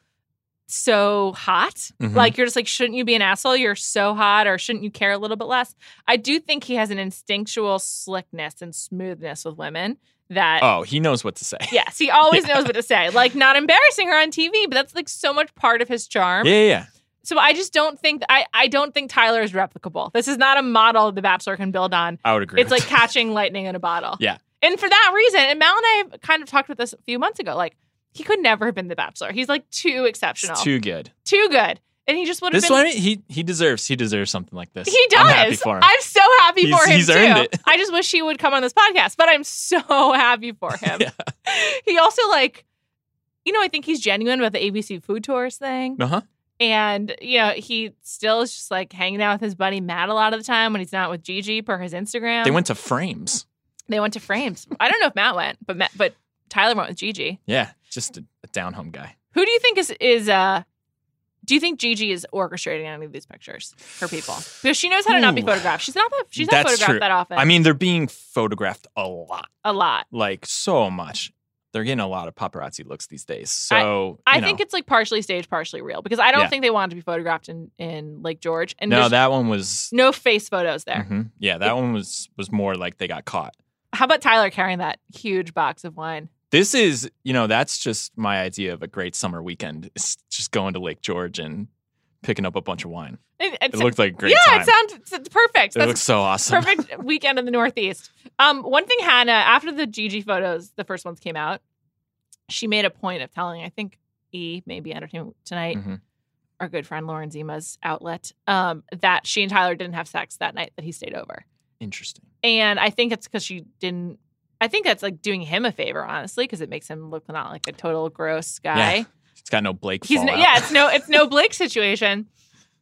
so hot? Mhm. Like you're just like, shouldn't you be an asshole? You're so hot, or shouldn't you care a little bit less? I do think he has an instinctual slickness and smoothness with women that <laughs> Oh, he knows what to say. yes, he always knows what to say. Like not embarrassing her on TV, but that's like so much part of his charm. Yeah, yeah. So I just don't think I, I don't think Tyler is replicable. This is not a model the Bachelor can build on. I would agree. It's like catching lightning in a bottle. Yeah. And for that reason, and Mal and I kind of talked about this a few months ago. Like he could never have been the Bachelor. He's like too exceptional, it's too, too good. good, and he just would have This been. one he he deserves he deserves something like this. he does. I'm happy for him. I'm so happy He's- for him he's too. earned it. I just wish he would come on this podcast, but I'm so <laughs> happy for him. <laughs> Yeah. He also like, you know, I think he's genuine about the ABC food tours thing. Uh-huh. And, you know, he still is just like hanging out with his buddy Matt a lot of the time when he's not with Gigi per his Instagram. They went to frames. they went to frames. I don't know if Matt went, but Matt, but Tyler went with Gigi. Yeah, just a, a down home guy. Who do you think is is uh do you think Gigi is orchestrating any of these pictures for people? Because she knows how to not be Ooh. photographed. She's not that she's not That's photographed true. that often. I mean, they're being photographed a lot, a lot. like so much. They're getting a lot of paparazzi looks these days. So I you know. think it's like partially staged, partially real. Because I don't Yeah. think they wanted to be photographed in, in Lake George. And no, there's that one was no face photos there. Mhm. Yeah, that one was was more like they got caught. How about Tyler carrying that huge box of wine? This is, you know, that's just my idea of a great summer weekend. It's just going to Lake George and picking up a bunch of wine. It, It looked like a great yeah, time. it sounds it's perfect. it That's looks so <laughs> awesome. perfect weekend in the Northeast. Um, one thing, Hannah, after the Gigi photos, the first ones came out, she made a point of telling, I think E, maybe Entertainment Tonight, Mhm. our good friend Lauren Zima's outlet, um, that she and Tyler didn't have sex that night, that he stayed over. Interesting. And I think it's because she didn't. I think that's like doing him a favor, honestly, because it makes him look not like a total gross guy. Yeah. It's got no Blake He's no, fallout. yeah, it's no, it's no Blake situation.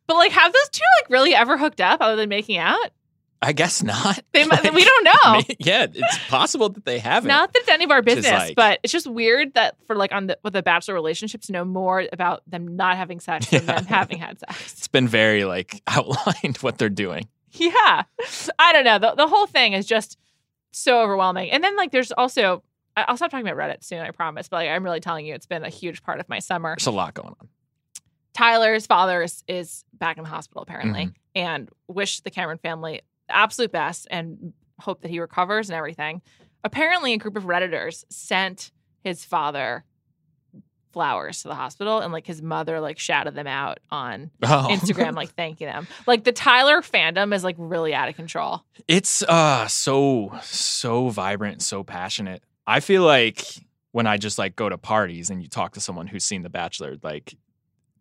But like, have those two like really ever hooked up other than making out? <laughs> I guess not. <laughs> They, might Like, we <laughs> don't know. may- yeah, it's possible that they haven't. Not that it's any of our Which is business, like- but it's just weird that for like on the with a bachelor relationship to know more about them not having sex than Yeah. them having had It's sex. <laughs> been very like <laughs> outlined what they're doing. Yeah, I don't know. The, the whole thing is just so overwhelming. And then like, there's also I- I'll stop talking about Reddit soon, I promise. But like, I'm really telling you, it's been a huge part of my summer. There's a lot going on. <laughs> Tyler's father is, is back in the hospital apparently, Mhm. and wish the Cameron family the absolute best and hope that he recovers and everything. Apparently, a group of redditors sent his father flowers to the hospital, and like his mother like shouted them out on <laughs> Oh. Instagram, like thanking them. Like the Tyler fandom is like really out of control. It's uh so so vibrant, so passionate. I feel like when I just like go to parties and you talk to someone who's seen The Bachelor, like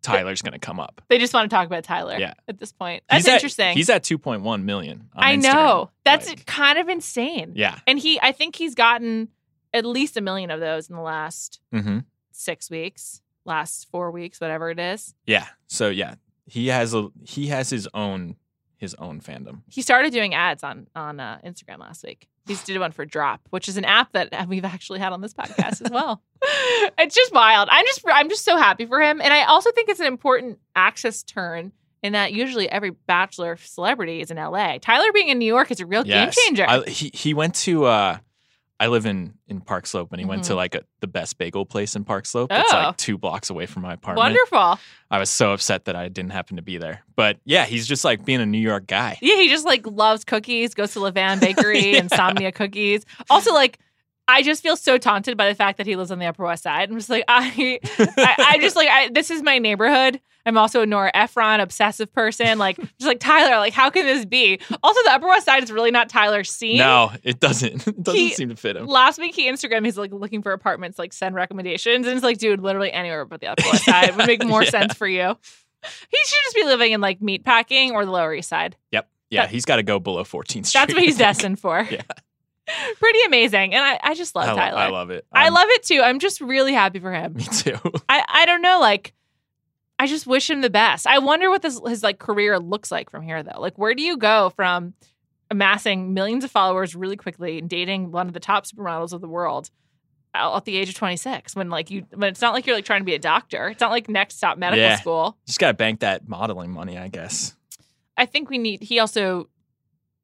Tyler's gonna come up. They just want to talk about Tyler Yeah. at this point. That's He's at- interesting. he's at 2.1 million. on I Instagram. know that's Like, kind of insane. yeah. And he, I think he's gotten at least a million of those in the last Mm-hmm. six weeks, last four weeks, whatever it is. Yeah. So yeah, he has a he has his own his own fandom. He started doing ads on on uh, Instagram last week. He's did one for Drop, which is an app that <laughs> we've actually had on this podcast as well. It's just wild. I'm just I'm just so happy for him, and I also think it's an important access turn in that usually every bachelor celebrity is in L.A. Tyler being in New York is a real Yes. game changer. I, he he went to uh I live in in Park Slope and he went to Mhm. like a, the best bagel place in Park Slope. It's Oh. like 2 blocks away from my apartment. Wonderful. I was so upset that I didn't happen to be there. But yeah, he's just like being a New York guy. Yeah, he just like loves cookies, goes to Levan Bakery, <laughs> Yeah. Insomnia Cookies. Also, like, I just feel so taunted by the fact that he lives on the Upper West Side. I'm just like, <laughs> I, I, I just like, I, this is my neighborhood. I'm also a Nora Ephron obsessive person. Like, just like Tyler, like, how can this be? Also, the Upper West Side is really not Tyler's scene. no, it doesn't. <laughs> It doesn't He- seem to fit him. Last week, he Instagram, he's like looking for apartments, like send recommendations. And it's like, dude, literally anywhere but the Upper West Side would <laughs> make more Yeah. sense for you. He should just be living in like meatpacking or the Lower East Side. Yep. Yeah, he's got to go below 14th Street. That's what <laughs> he's I think. destined for. Yeah. <laughs> Pretty amazing. And I, I just love I, lo- Tyler. I love it. I Um, love it too. I'm just really happy for him. <laughs> Me too. I, I don't know, like I just wish him the best. I wonder what this his like career looks like from here though. Like where do you go from amassing millions of followers really quickly and dating one of the top supermodels of the world out at the age of 26 when like you when it's not like you're like trying to be a doctor. It's not like next stop medical Yeah. school. just got to bank that modeling money, I guess. I think we need he also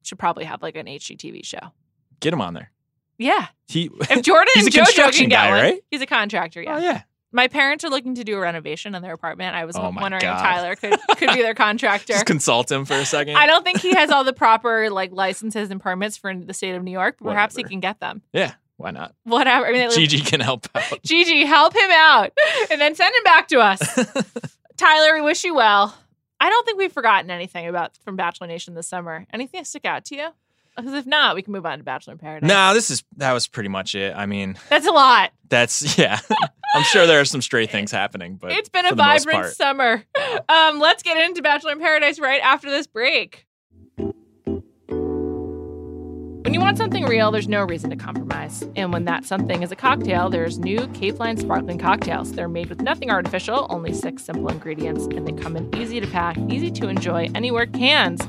should probably have like an HGTV show. Get him on there. Yeah. He <laughs> If Jordan He's and a JoJo construction can get guy, one, right? he's a contractor. Yeah. Oh yeah. My parents are looking to do a renovation in their apartment. I was Oh, my wondering God. if Tyler could, could <laughs> be their contractor. Just consult him for a second. I don't think he has all the proper like licenses and permits for the state of New York, but perhaps he Whatever. can get them. yeah, why not? Whatever. I mean, like, Gigi can help out. <laughs> Gigi, help him out, and then send him back to us. Tyler, we wish you well. I don't think we've forgotten anything about from Bachelor Nation this summer. Anything stick out to you? Because if not, we can move on to Bachelor in Paradise. no, this is that was pretty much it. I mean, That's a lot. that's <laughs> yeah. I'm sure there are some stray things happening, but it's been for a the most vibrant part- summer. <laughs> Um, let's get into Bachelor in Paradise right after this break. When you want something real, there's no reason to compromise. And when that something is a cocktail, there's new Cape Line Sparkling Cocktails. They're made with nothing artificial, only six simple ingredients, and they come in easy to pack, easy to enjoy, anywhere cans.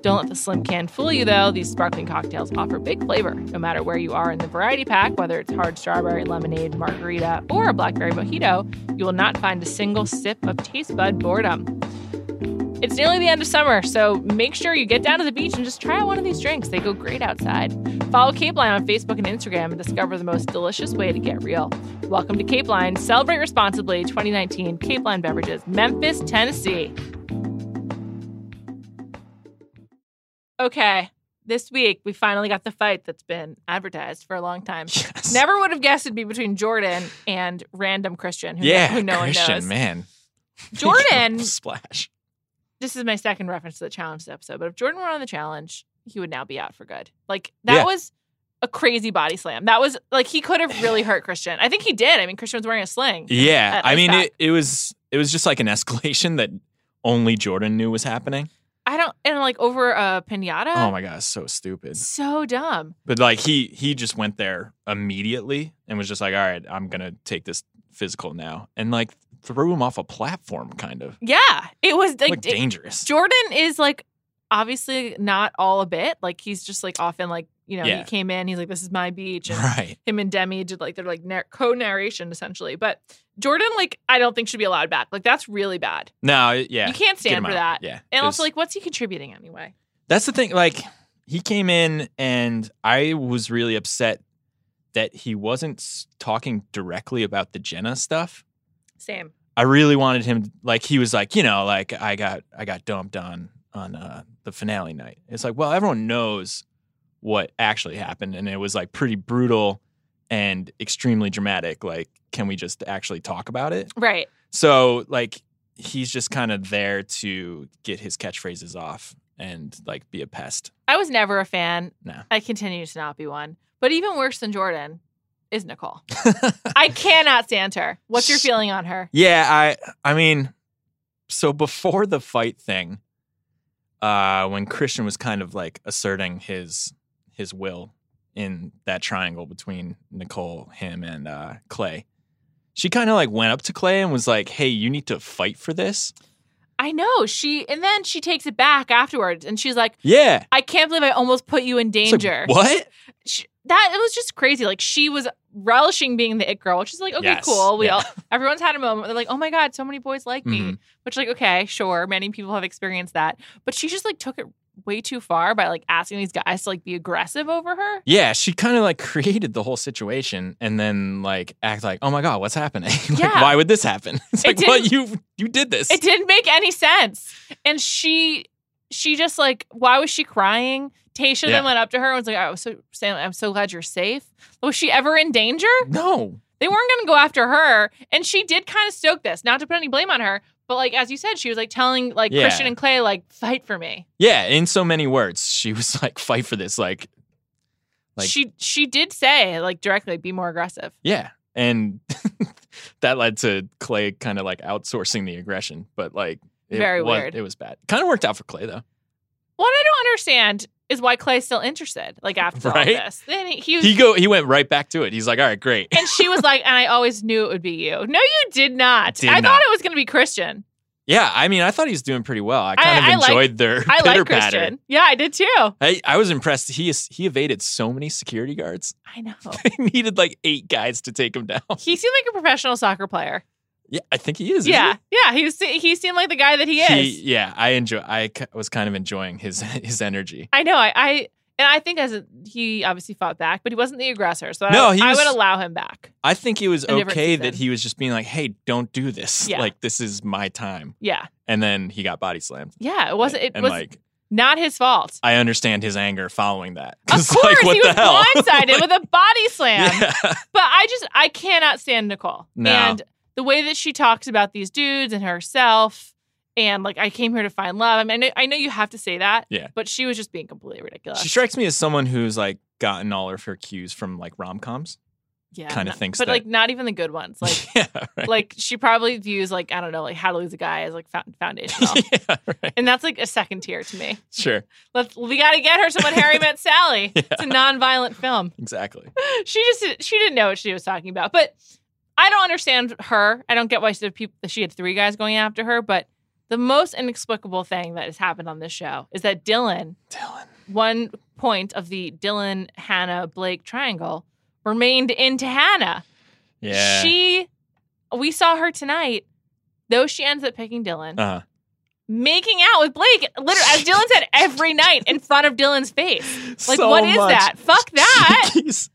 Don't let the slim can fool you, though. These sparkling cocktails offer big flavor, no matter where you are in the variety pack, whether it's hard strawberry, lemonade, margarita, or a blackberry mojito, you will not find a single sip of taste bud boredom. It's nearly the end of summer, so make sure you get down to the beach and just try out one of these drinks. They go great outside. Follow Cape Line on Facebook and Instagram and discover the most delicious way to get real. Welcome to Cape Line. Celebrate responsibly 2019 Cape Line Beverages, Memphis, Tennessee. Okay, this week we finally got the fight that's been advertised for a long time. Yes. Never would have guessed it'd be between Jordan and random Christian, who, <laughs> yeah, who no Christian, one knows. man. <laughs> Jordan, Splash. this is my second reference to the challenge this episode, but if Jordan were on the challenge, he would now be out for good. Like that Yeah. was a crazy body slam. That was like he could have really hurt Christian. I think he did. I mean, Christian was wearing a sling. Yeah. At I mean, Iceback. it, it was it was just like an escalation that only Jordan knew was happening. I don't and like over a pinata. oh my god, so stupid. so dumb. But like he he just went there immediately and was just like, all right, I'm gonna take this physical now, and like threw him off a platform, kind of. Yeah, it was like Like it- dangerous. Jordan is like obviously not all a bit. Like he's just like often like you know Yeah. he came in. He's like this is my beach. And <laughs> right. him and Demi did like they're like nar- co-narration essentially. But Jordan like I don't think should be allowed back. Like that's really bad. No. it- Yeah. You can't Get stand him for out. that. Yeah. And also 'cause like what's he contributing anyway? that's the thing. Like he came in and I was really upset that he wasn't s- talking directly about the Jenna stuff. Same. I really wanted him like he was like, you know, like I got I got dumped on on uh, the finale night. It's like, well, everyone knows what actually happened and it was like pretty brutal and extremely dramatic. Like, can we just actually talk about it? Right. So, like he's just kind of there to get his catchphrases off and like be a pest. I was never a fan. No. I continue to not be one. But even worse than Jordan is Nicole. <laughs> I cannot stand her. What's your feeling on her? <laughs> Yeah, I I mean, so before the fight thing, uh, when Christian was kind of like asserting his his will in that triangle between Nicole, him, and uh, Clay, she kind of like went up to Clay and was like, "Hey, you need to fight for this." I know she, and then she takes it back afterwards, and she's like, Yeah, "I can't believe I almost put you in It's like, danger." what? She- that it was just crazy. Like she was relishing being the it girl, which is like, okay, Yes. cool. We Yeah. all everyone's had a moment. They're like, oh my god, so many boys like me. Mhm. Which like, okay, sure, many people have experienced that, but she just like took it way too far by like asking these guys to like be aggressive over her. Yeah, she kind of like <laughs> created the whole situation and then like act like, "Oh my god, what's happening? <laughs> like, Yeah. why would this happen?" <laughs> It's It like, "Well, you you did this." It didn't make any sense. And she she just like, why was she crying? Tasha Yeah. then went up to her and was like, I was so Sam, I'm so glad you're safe. Was she ever in danger? No. They weren't gonna go after her. And she did kind of stoke this, not to put any blame on her, but like as you said, she was like telling like Yeah. Christian and Clay, like, fight for me. Yeah, in so many words, she was <laughs> like, "Fight for this!" Like, Like- she she did say, like directly, be more aggressive. yeah, and <laughs> that led to Clay kind of like outsourcing the aggression, but like, it Very was, weird. It was bad. Kind of worked out for Clay though. What I don't understand is why Clay's still interested, <laughs> like after Right? all this. Then he, he was He go, he went right back to it. He's like, "All right, great." And she was like, and I always knew it would be you. No, you did not. Did I thought not. it was going to be Christian. Yeah, I mean, I thought he was doing pretty well. I kind I of like- enjoyed their <laughs> I pitter like patter. Christian. Yeah, I did too. <laughs> I, I was impressed. He is, he evaded so many security guards. I know. They <laughs> needed like eight guys to take him down. He seemed like a professional soccer player. Yeah, I think he is. isn't yeah. he? Yeah. He was, he seemed like the guy that he is. He- yeah, I enjoy. I ki- was kind of enjoying his <laughs> his energy. I know. I, I, and I think as a, he obviously fought back, but he wasn't the aggressor. So No, I, he I was- would allow him back. I think it was different okay that season. he was just being like, "Hey, don't do this. Yeah. Like this is my time." Yeah. And then he got body slammed. Yeah. It wasn't, it and was like not his <laughs> fault. I understand his anger following that. Of 'Cause, course, like, what he the was hell? <laughs> blindsided with a body slam. yeah. But I just I cannot stand Nicole. No. And the way that she talks about these dudes and herself and like I came here to find love. I mean I know, I know you have to say that. Yeah. But she was just being completely ridiculous. She strikes me as someone who's like gotten all of her cues from like rom coms. yeah, kinda not- thinks But that- like not even the good ones. Like yeah, <laughs> <laughs> right. like she probably views like I don't know, like how to lose a guy as like found, <laughs> foundational. yeah, right. And that's like a second tier to me. Sure. Let's we got to get her to what Harry met Sally. Yeah. It's a nonviolent film. <laughs> Exactly. she just she didn't know what she was talking about. But I don't understand her. I don't get why she, peop- she had three guys going after her. But the most inexplicable thing that has happened on this show is that Dylan, Dylan. one point of the Dylan Hannah Blake triangle, remained into Hannah. Yeah. She, we saw her tonight. Though she ends up picking Dylan, uh, making out with Blake, literally as Dylan said every night in front of Dylan's face. Like, so what is much. that? Fuck <laughs> that! She, keeps-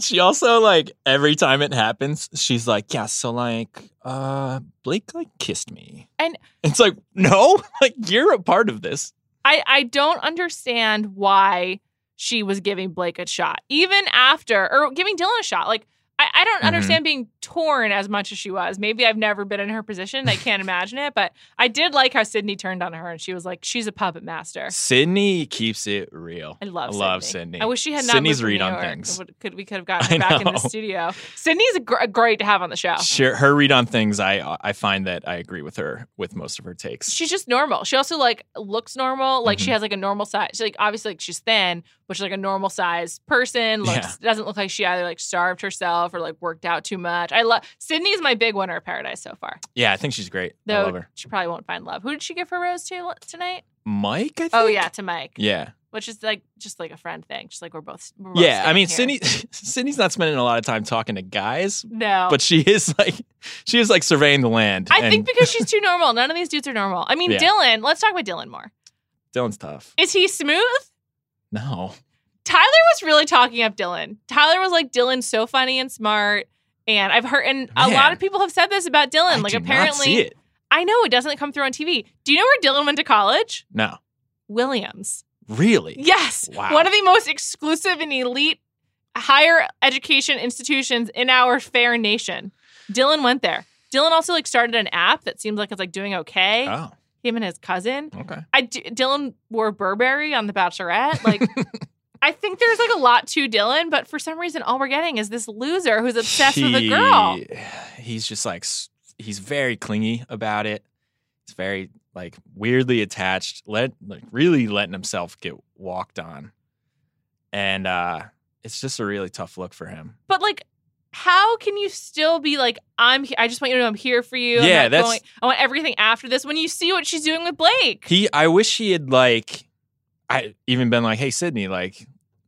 she also like every time it happens, she's like, "Yeah, so like, uh, Blake like kissed me," And- it's <laughs> like, "No, like you're a part of this." I I don't understand why she was giving Blake a shot, even after, or giving Dylan a shot. Like, I, I don't Mhm. understand being torn as much as she was. Maybe I've never been in her position. I can't imagine it, but I did like how Sydney turned on her and she was like, she's a puppet master. Sydney keps it real. I love I Sydney. love Sydney. I wish she had not Sydney's moved to read New on York. things. It would- could, we could have gotten <laughs> I her back in the know. studio. Sydney's a gr- great to have on the show. Sure, her read on things, I I find that I agree with her with most of her takes. she's just normal. She also like looks normal. Like she Mhm. has like a normal size. She's like obviously like she's thin, but she's like a normal size person. Looks doesn't look like she either like starved herself or like worked out too much. I love Sydney's my big winner of Paradise so far. Yeah, I think she's great. I love Though her. she probably won't find love. Who did she give her rose to l- tonight? Mike, I think. Oh yeah, to Mike. Yeah, Which is like just like a friend thing. Just like we're both. We're both yeah. I staying mean, here. Sydney, <laughs> Sydney's not spending a lot of time talking to guys, No, but she is like, <laughs> she is like surveying the land. I think and because she's too normal. None of these dudes are normal. I mean, <laughs> Yeah. Dylan. Let's talk about Dylan more. Dylan's tough. Is he smooth? No, Tyler was really talking up Dylan. Tyler was like, Dylan's so funny and smart. And I've heard, and a Man. lot of people have said this about Dylan. I like, do not apparently, see it. I know it doesn't come through on TV. Do you know where Dylan went to college? No, Williams. really. Yes. Wow. One of the most exclusive and elite higher education institutions in our fair nation. Dylan went there. Dylan also like started an app that seems like it's like doing okay. Oh, Him and his cousin. okay. I d- Dylan wore Burberry on The Bachelorette. <laughs> Like, I think there's like a lot to Dylan, but for some reason, all we're getting is this loser who's obsessed with a girl. He- He's just like s- he's very clingy about it. He's very like weirdly attached. Let like really letting himself get walked on, and uh it's just a really tough look for him. But like, how can you still be like, I'm? He- I just want you to know I'm here for you. I'm Yeah, not that's- going- I want everything after this. When you see what she's doing with Blake, He, I wish he had like, I even been like, hey Sydney, like.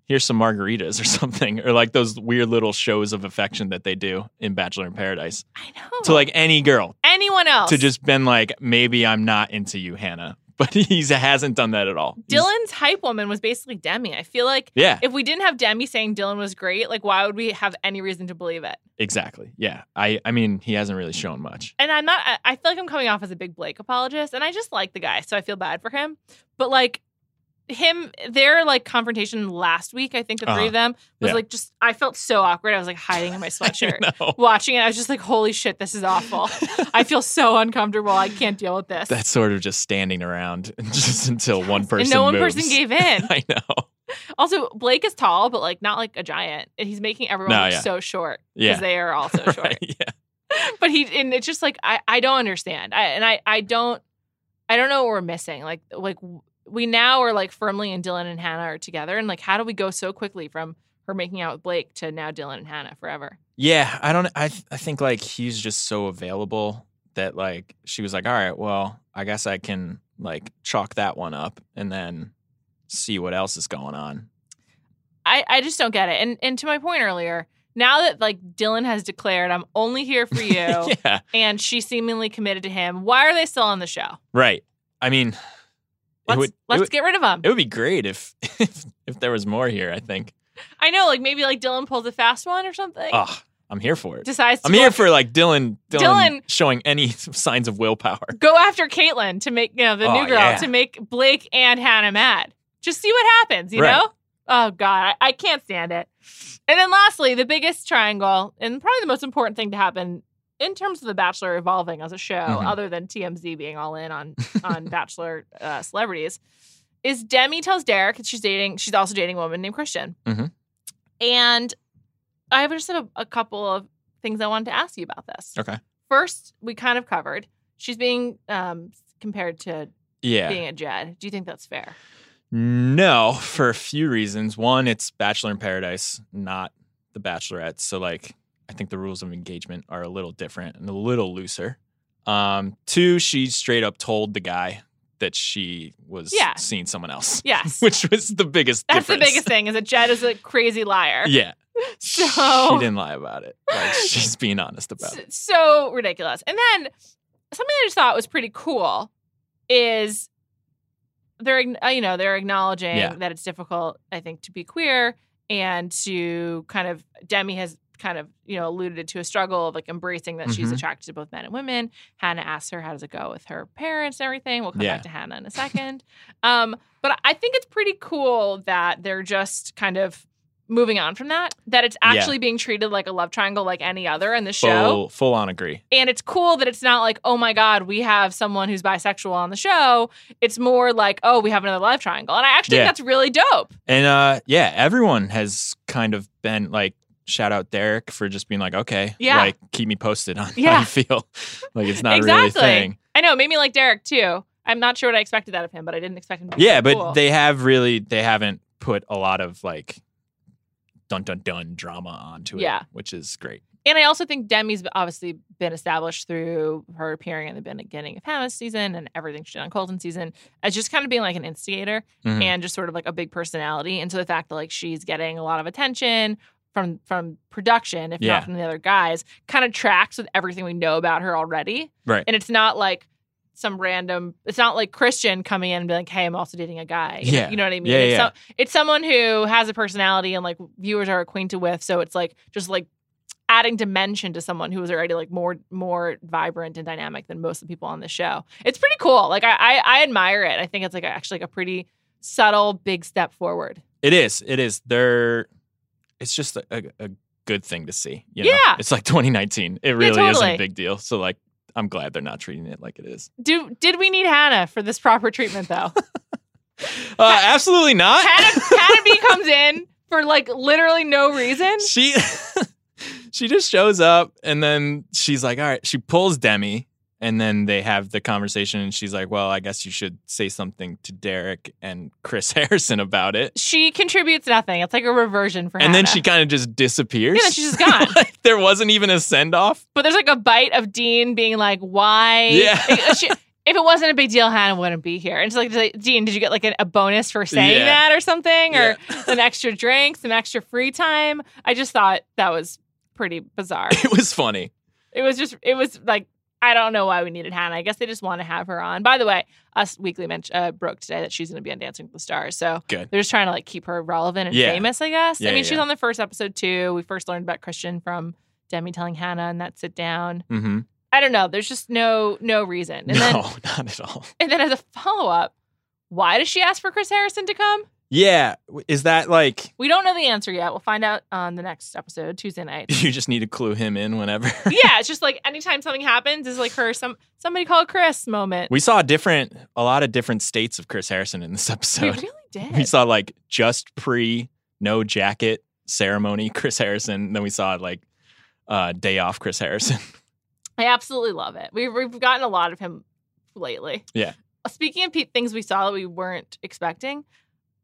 Here's some margaritas or <laughs> something, or like those weird little shows of affection that they do in Bachelor in Paradise I know. to like any girl, anyone else, to just been like, maybe I'm not into you, Hannah. <laughs> But he hasn't done that at all. He's- Dylan's hype woman was basically Demi. I feel like yeah, if we didn't have Demi saying Dylan was great, like why would we have any reason to believe it? exactly. Yeah, I, I mean, he hasn't really shown much. <laughs> and I'm not. I- I feel like I'm coming off as a big Blake apologist, and I just like the guy, so I feel bad for him. But like him, their like confrontation last week, I think the 3 Uh-huh. of them was Yeah. like just. I felt so awkward. I was like hiding <laughs> in my sweatshirt, No, watching it. I was just like, "Holy shit, this is awful. I feel so uncomfortable. I can't deal with this." <laughs> that's sort of just standing around <laughs> just until one person. and no one moves. person gave in. <laughs> I <laughs> know. Also, Blake is tall, but like not like a giant, and he's making everyone No, look yeah. so short because Yeah. they are all so short. <laughs> Right, yeah. but he and it's just like I I don't understand. I and I I don't I don't know what we're missing. Like like we now are like firmly and Dylan and Hannah are together, and like how do we go so quickly from her making out with Blake to now Dylan and Hannah forever? Yeah, I don't. I th- I think like he's just so available that like she was like, all right, well, I guess I can like chalk that one up and then see what else is going on. <laughs> I I just don't get it. And and to my point earlier. Now that like Dylan has declared, I'm only here <laughs> for you, yeah, and she seemingly committed to him. Why are they still on the show? right. I mean, it Let's would, let's it would, get rid of them. it would be great if, <laughs> if if there was more here. I think. I know, like maybe like Dylan pulls a fast one or something. Oh, I'm here for it. decides to I'm go here for like Dylan, Dylan, Dylan- showing any <laughs> signs of willpower. go after Caitlyn to make you know the Oh, new girl yeah. to make Blake and Hannah mad. Just see what happens, you Right. know? Oh God, I, I can't stand it. And then lastly, the biggest triangle and probably the most important thing to happen in terms of the Bachelor evolving as a show, Mhm. other than TMZ being all in <laughs> on on Bachelor uh, celebrities, is Demi tells Derek that she's dating. She's also dating a woman named Christian. Mhm. And I have just have a, a couple of things I wanted to ask you about this. Okay. First, we kind of covered. She's being um, compared to Yeah. being a Jed. Do you think that's fair? No, for a few reasons. One, it's Bachelor in Paradise, not The Bachelorette. So like I think the rules of engagement are a little different and a little looser. Um, two, she straight up told the guy that she was Yeah. seeing someone else. Yes. <laughs> Which was the biggest that's the difference. biggest thing is that Jed is a crazy liar. <laughs> Yeah. So- she didn't lie about it. <laughs> Like she's being honest about S- it. so ridiculous. And then something I just thought was pretty cool is they're ign- uh, you know they're acknowledging Yeah. that it's difficult I think to be queer and to kind of Demi has kind of, you know, alluded to a struggle of like embracing that she's Mhm. attracted to both men and women. Hannah asks her, how does it go with her parents and everything? We'll come Yeah. back to Hannah in a second. um, but I think it's pretty cool that they're just kind of moving on from that, that it's Yeah. actually being treated like a love triangle like any other in the show. Full, full on agree. And it's cool that it's not like, oh my God, we have someone who's bisexual on the show. It's more like, oh, we have another love triangle. And I actually Yeah. think that's really dope. And uh, yeah, everyone has kind of been like, shout out Derek for just being like, okay, Yeah. like keep me posted on how Yeah. you feel. <laughs> like it's not exactly. really a thing. I know. It made me like Derek too. I'm not sure what I expected out of him, but I didn't expect him to be Yeah, so but cool. they have really, they haven't put a lot of like dun dun dun drama onto it, Yeah. which is great. And I also think Demi's obviously been established through her appearing in the beginning of Hannah's season and everything she did on Colton season as just kind of being like an instigator Mhm. and just sort of like a big personality. And so the fact that like she's getting a lot of attention from from production, if Yeah. not from the other guys, kind of tracks with everything we know about her already. Right. And it's not like some random it's not like Christian coming in and being like, Hey, I'm also dating a guy. You know- Yeah. You know what I mean? Yeah, it's, yeah. so- it's someone who has a personality and like viewers are acquainted with. So it's like just like adding dimension to someone who is already like more more vibrant and dynamic than most of the people on the show. It's pretty cool. Like I I, I admire it. I think it's like actually like a pretty subtle big step forward. It is. It is. They're. It's just a, a, a good thing to see. You know? Yeah. It's like <laughs> 2019. It really isn't totally. a big deal. So like, I'm glad they're not treating it like <laughs> it is. Do did we need Hannah for this proper treatment <laughs> though? Uh, absolutely not. Hannah, Hannah B comes in for like literally no reason. she. <laughs> she just shows up and then she's like, all right. She pulls Demi and then they have the conversation and she's like, well, I guess you should say something to Derek and Chris <laughs> Harrison about it. She contributes nothing. It's like a reversion for And then Hannah. she kind of just disappears. Yeah, then she's just gone. like, there wasn't even a send off. But there's like a bite of Dean being like, "Why?" Yeah. Like, uh, she- if it wasn't a big deal, Hannah wouldn't be here. And it's like, like, Dean, did you get like a, a bonus for saying Yeah. that or something, or an extra drink, some extra free time? I just thought that was pretty <laughs> bizarre. It was funny. it was just, it was like, I don't know why we needed Hannah. I guess they just want to have her on. By the way, us weekly mentioned uh, broke today that she's going to be on Dancing with the Stars, so Good. they're just trying to like keep her relevant and Yeah. famous. I guess. Yeah, I mean, yeah, she's yeah. on the first episode too. We first learned about Christian from Demi telling Hannah in that sit down. Mm-hmm. I don't know. There's just no no reason. And then no, <laughs> not at all. <laughs> and then as a follow up, why does she ask for Chris Harrison to come? Yeah. w- Is that like <laughs> We don't know the answer yet. We'll find out on the next episode Tuesday night. <laughs> you just need to clue him in whenever? <laughs> yeah, it's just like anytime something happens is like her some somebody called Chris moment. we saw different, a lot of different states of Chris Harrison in this We episode. really did. <laughs> We saw like just pre no jacket ceremony <laughs> Chris Harrison. Then we saw like uh, day off Chris Harrison. <laughs> I absolutely love it. We've we've gotten a lot of him lately. Yeah. Speaking of pe- things we saw that we weren't expecting,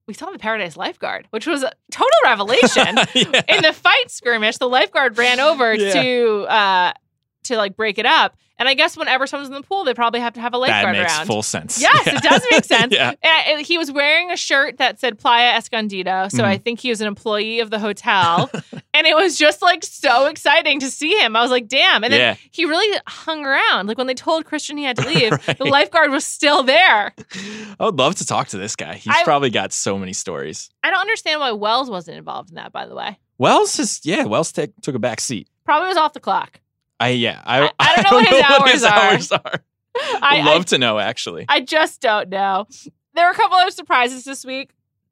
we saw the Paradise Lifeguard, which was a total <laughs> revelation. Yeah. in the fight skirmish, the lifeguard ran over Yeah. to uh to like break it up. And I guess whenever someone's in the pool, they probably have to have a that lifeguard makes around. full sense. <laughs> Yes, Yeah. it does <laughs> make sense. yeah. And it- he was wearing a shirt that said Playa Escondido, so Mhm. I think he was an employee of the <laughs> hotel. and it was just like so exciting to see him. I was like, damn. And then Yeah. he really hung around. Like when they told Christian he had <laughs> to leave, Right. the lifeguard was still there. I would love to talk to this guy. He's I- probably got so many stories. I don't understand why Wells wasn't involved in that, by the way. Wells is, yeah, Wells t- took a back seat. Probably was off the clock. I, yeah, <laughs> I, I- I don't know what his hours hours are. <laughs> I, I'd I love to know, actually. I just don't know. There were a couple other surprises this week.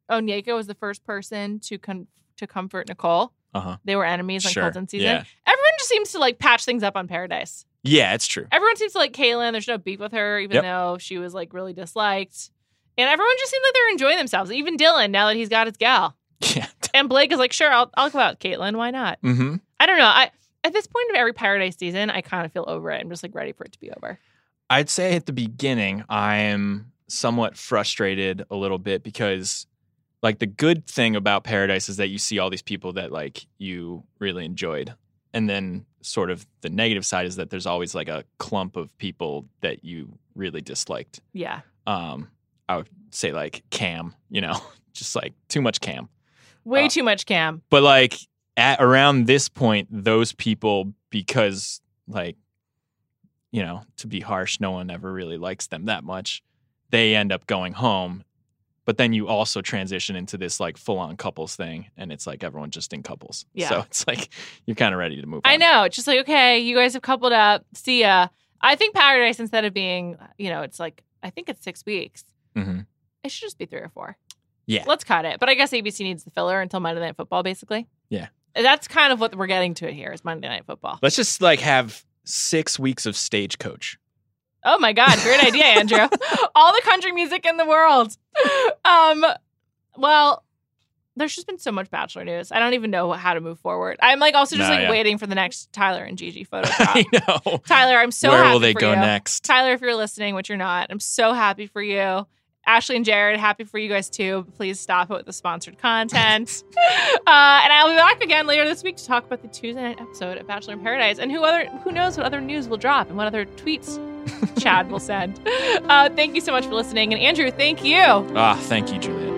Onyeka was the first person to con- to comfort Nicole. Uh-huh. They were enemies on Colton season. Yeah. Everyone just seems to like patch things up on Paradise. yeah, it's <laughs> true. Everyone seems to like Kaylin. There's no beef with her, even Yep. though she was like really disliked. And everyone just seems like they're enjoying themselves. Even Dylan, now that he's got his gal. Yeah. And Blake is like, sure, I'll I'll come out, with Caitlin. Why not? Mm-hmm. I don't know. I at this point of every Paradise season, I kind of feel over it. I'm just like ready for it to be over. I'd say at the beginning, I'm somewhat frustrated a little bit because, like, the good thing about Paradise is that you see all these people that, like, you really enjoyed. And then, sort of, the negative side is that there's always, like, a clump of people that you really disliked. Yeah. Um, I would say, like, Cam, you know, <laughs> just like too much Cam. Way Uh, too much Cam. but like at around this point those people because like you know to be harsh no one ever really likes them that much they end up going home But then you also transition into this like full on couples thing, and it's like everyone just in couples. Yeah. So it's like you're kind of ready to move. I on. know. It's just like, okay, you guys have coupled up. See ya. I think paradise, instead of being, you know, it's like, I think it's six weeks. hmm It should just be three or four. Yeah. Let's cut it. But I guess ABC needs the filler until Monday Night Football, basically. Yeah. That's kind of what we're getting to here is Monday Night Football. Let's just like have six weeks <laughs> of stagecoach. Oh my God. <laughs> Great idea, Andrew. All the country music in the world. Um, well, there's just been so much Bachelor news. I don't even know how to move forward. I'm like also just No, like yeah. waiting for the next Tyler and <laughs> Gigi photo I op. know. Tyler, I'm so Where happy will they for go you. next? Tyler, if you're listening, which you're not, I'm so happy for you. Ashley and Jared, happy for you guys too. Please stop it with the sponsored content. uh, and I'll be back again later this week to talk about the Tuesday night episode of Bachelor in Paradise and who other who knows what other news will drop and what other tweets Chad will send. Uh, thank you so much for listening. And Andrew, thank you. Ah, thank you, Julian.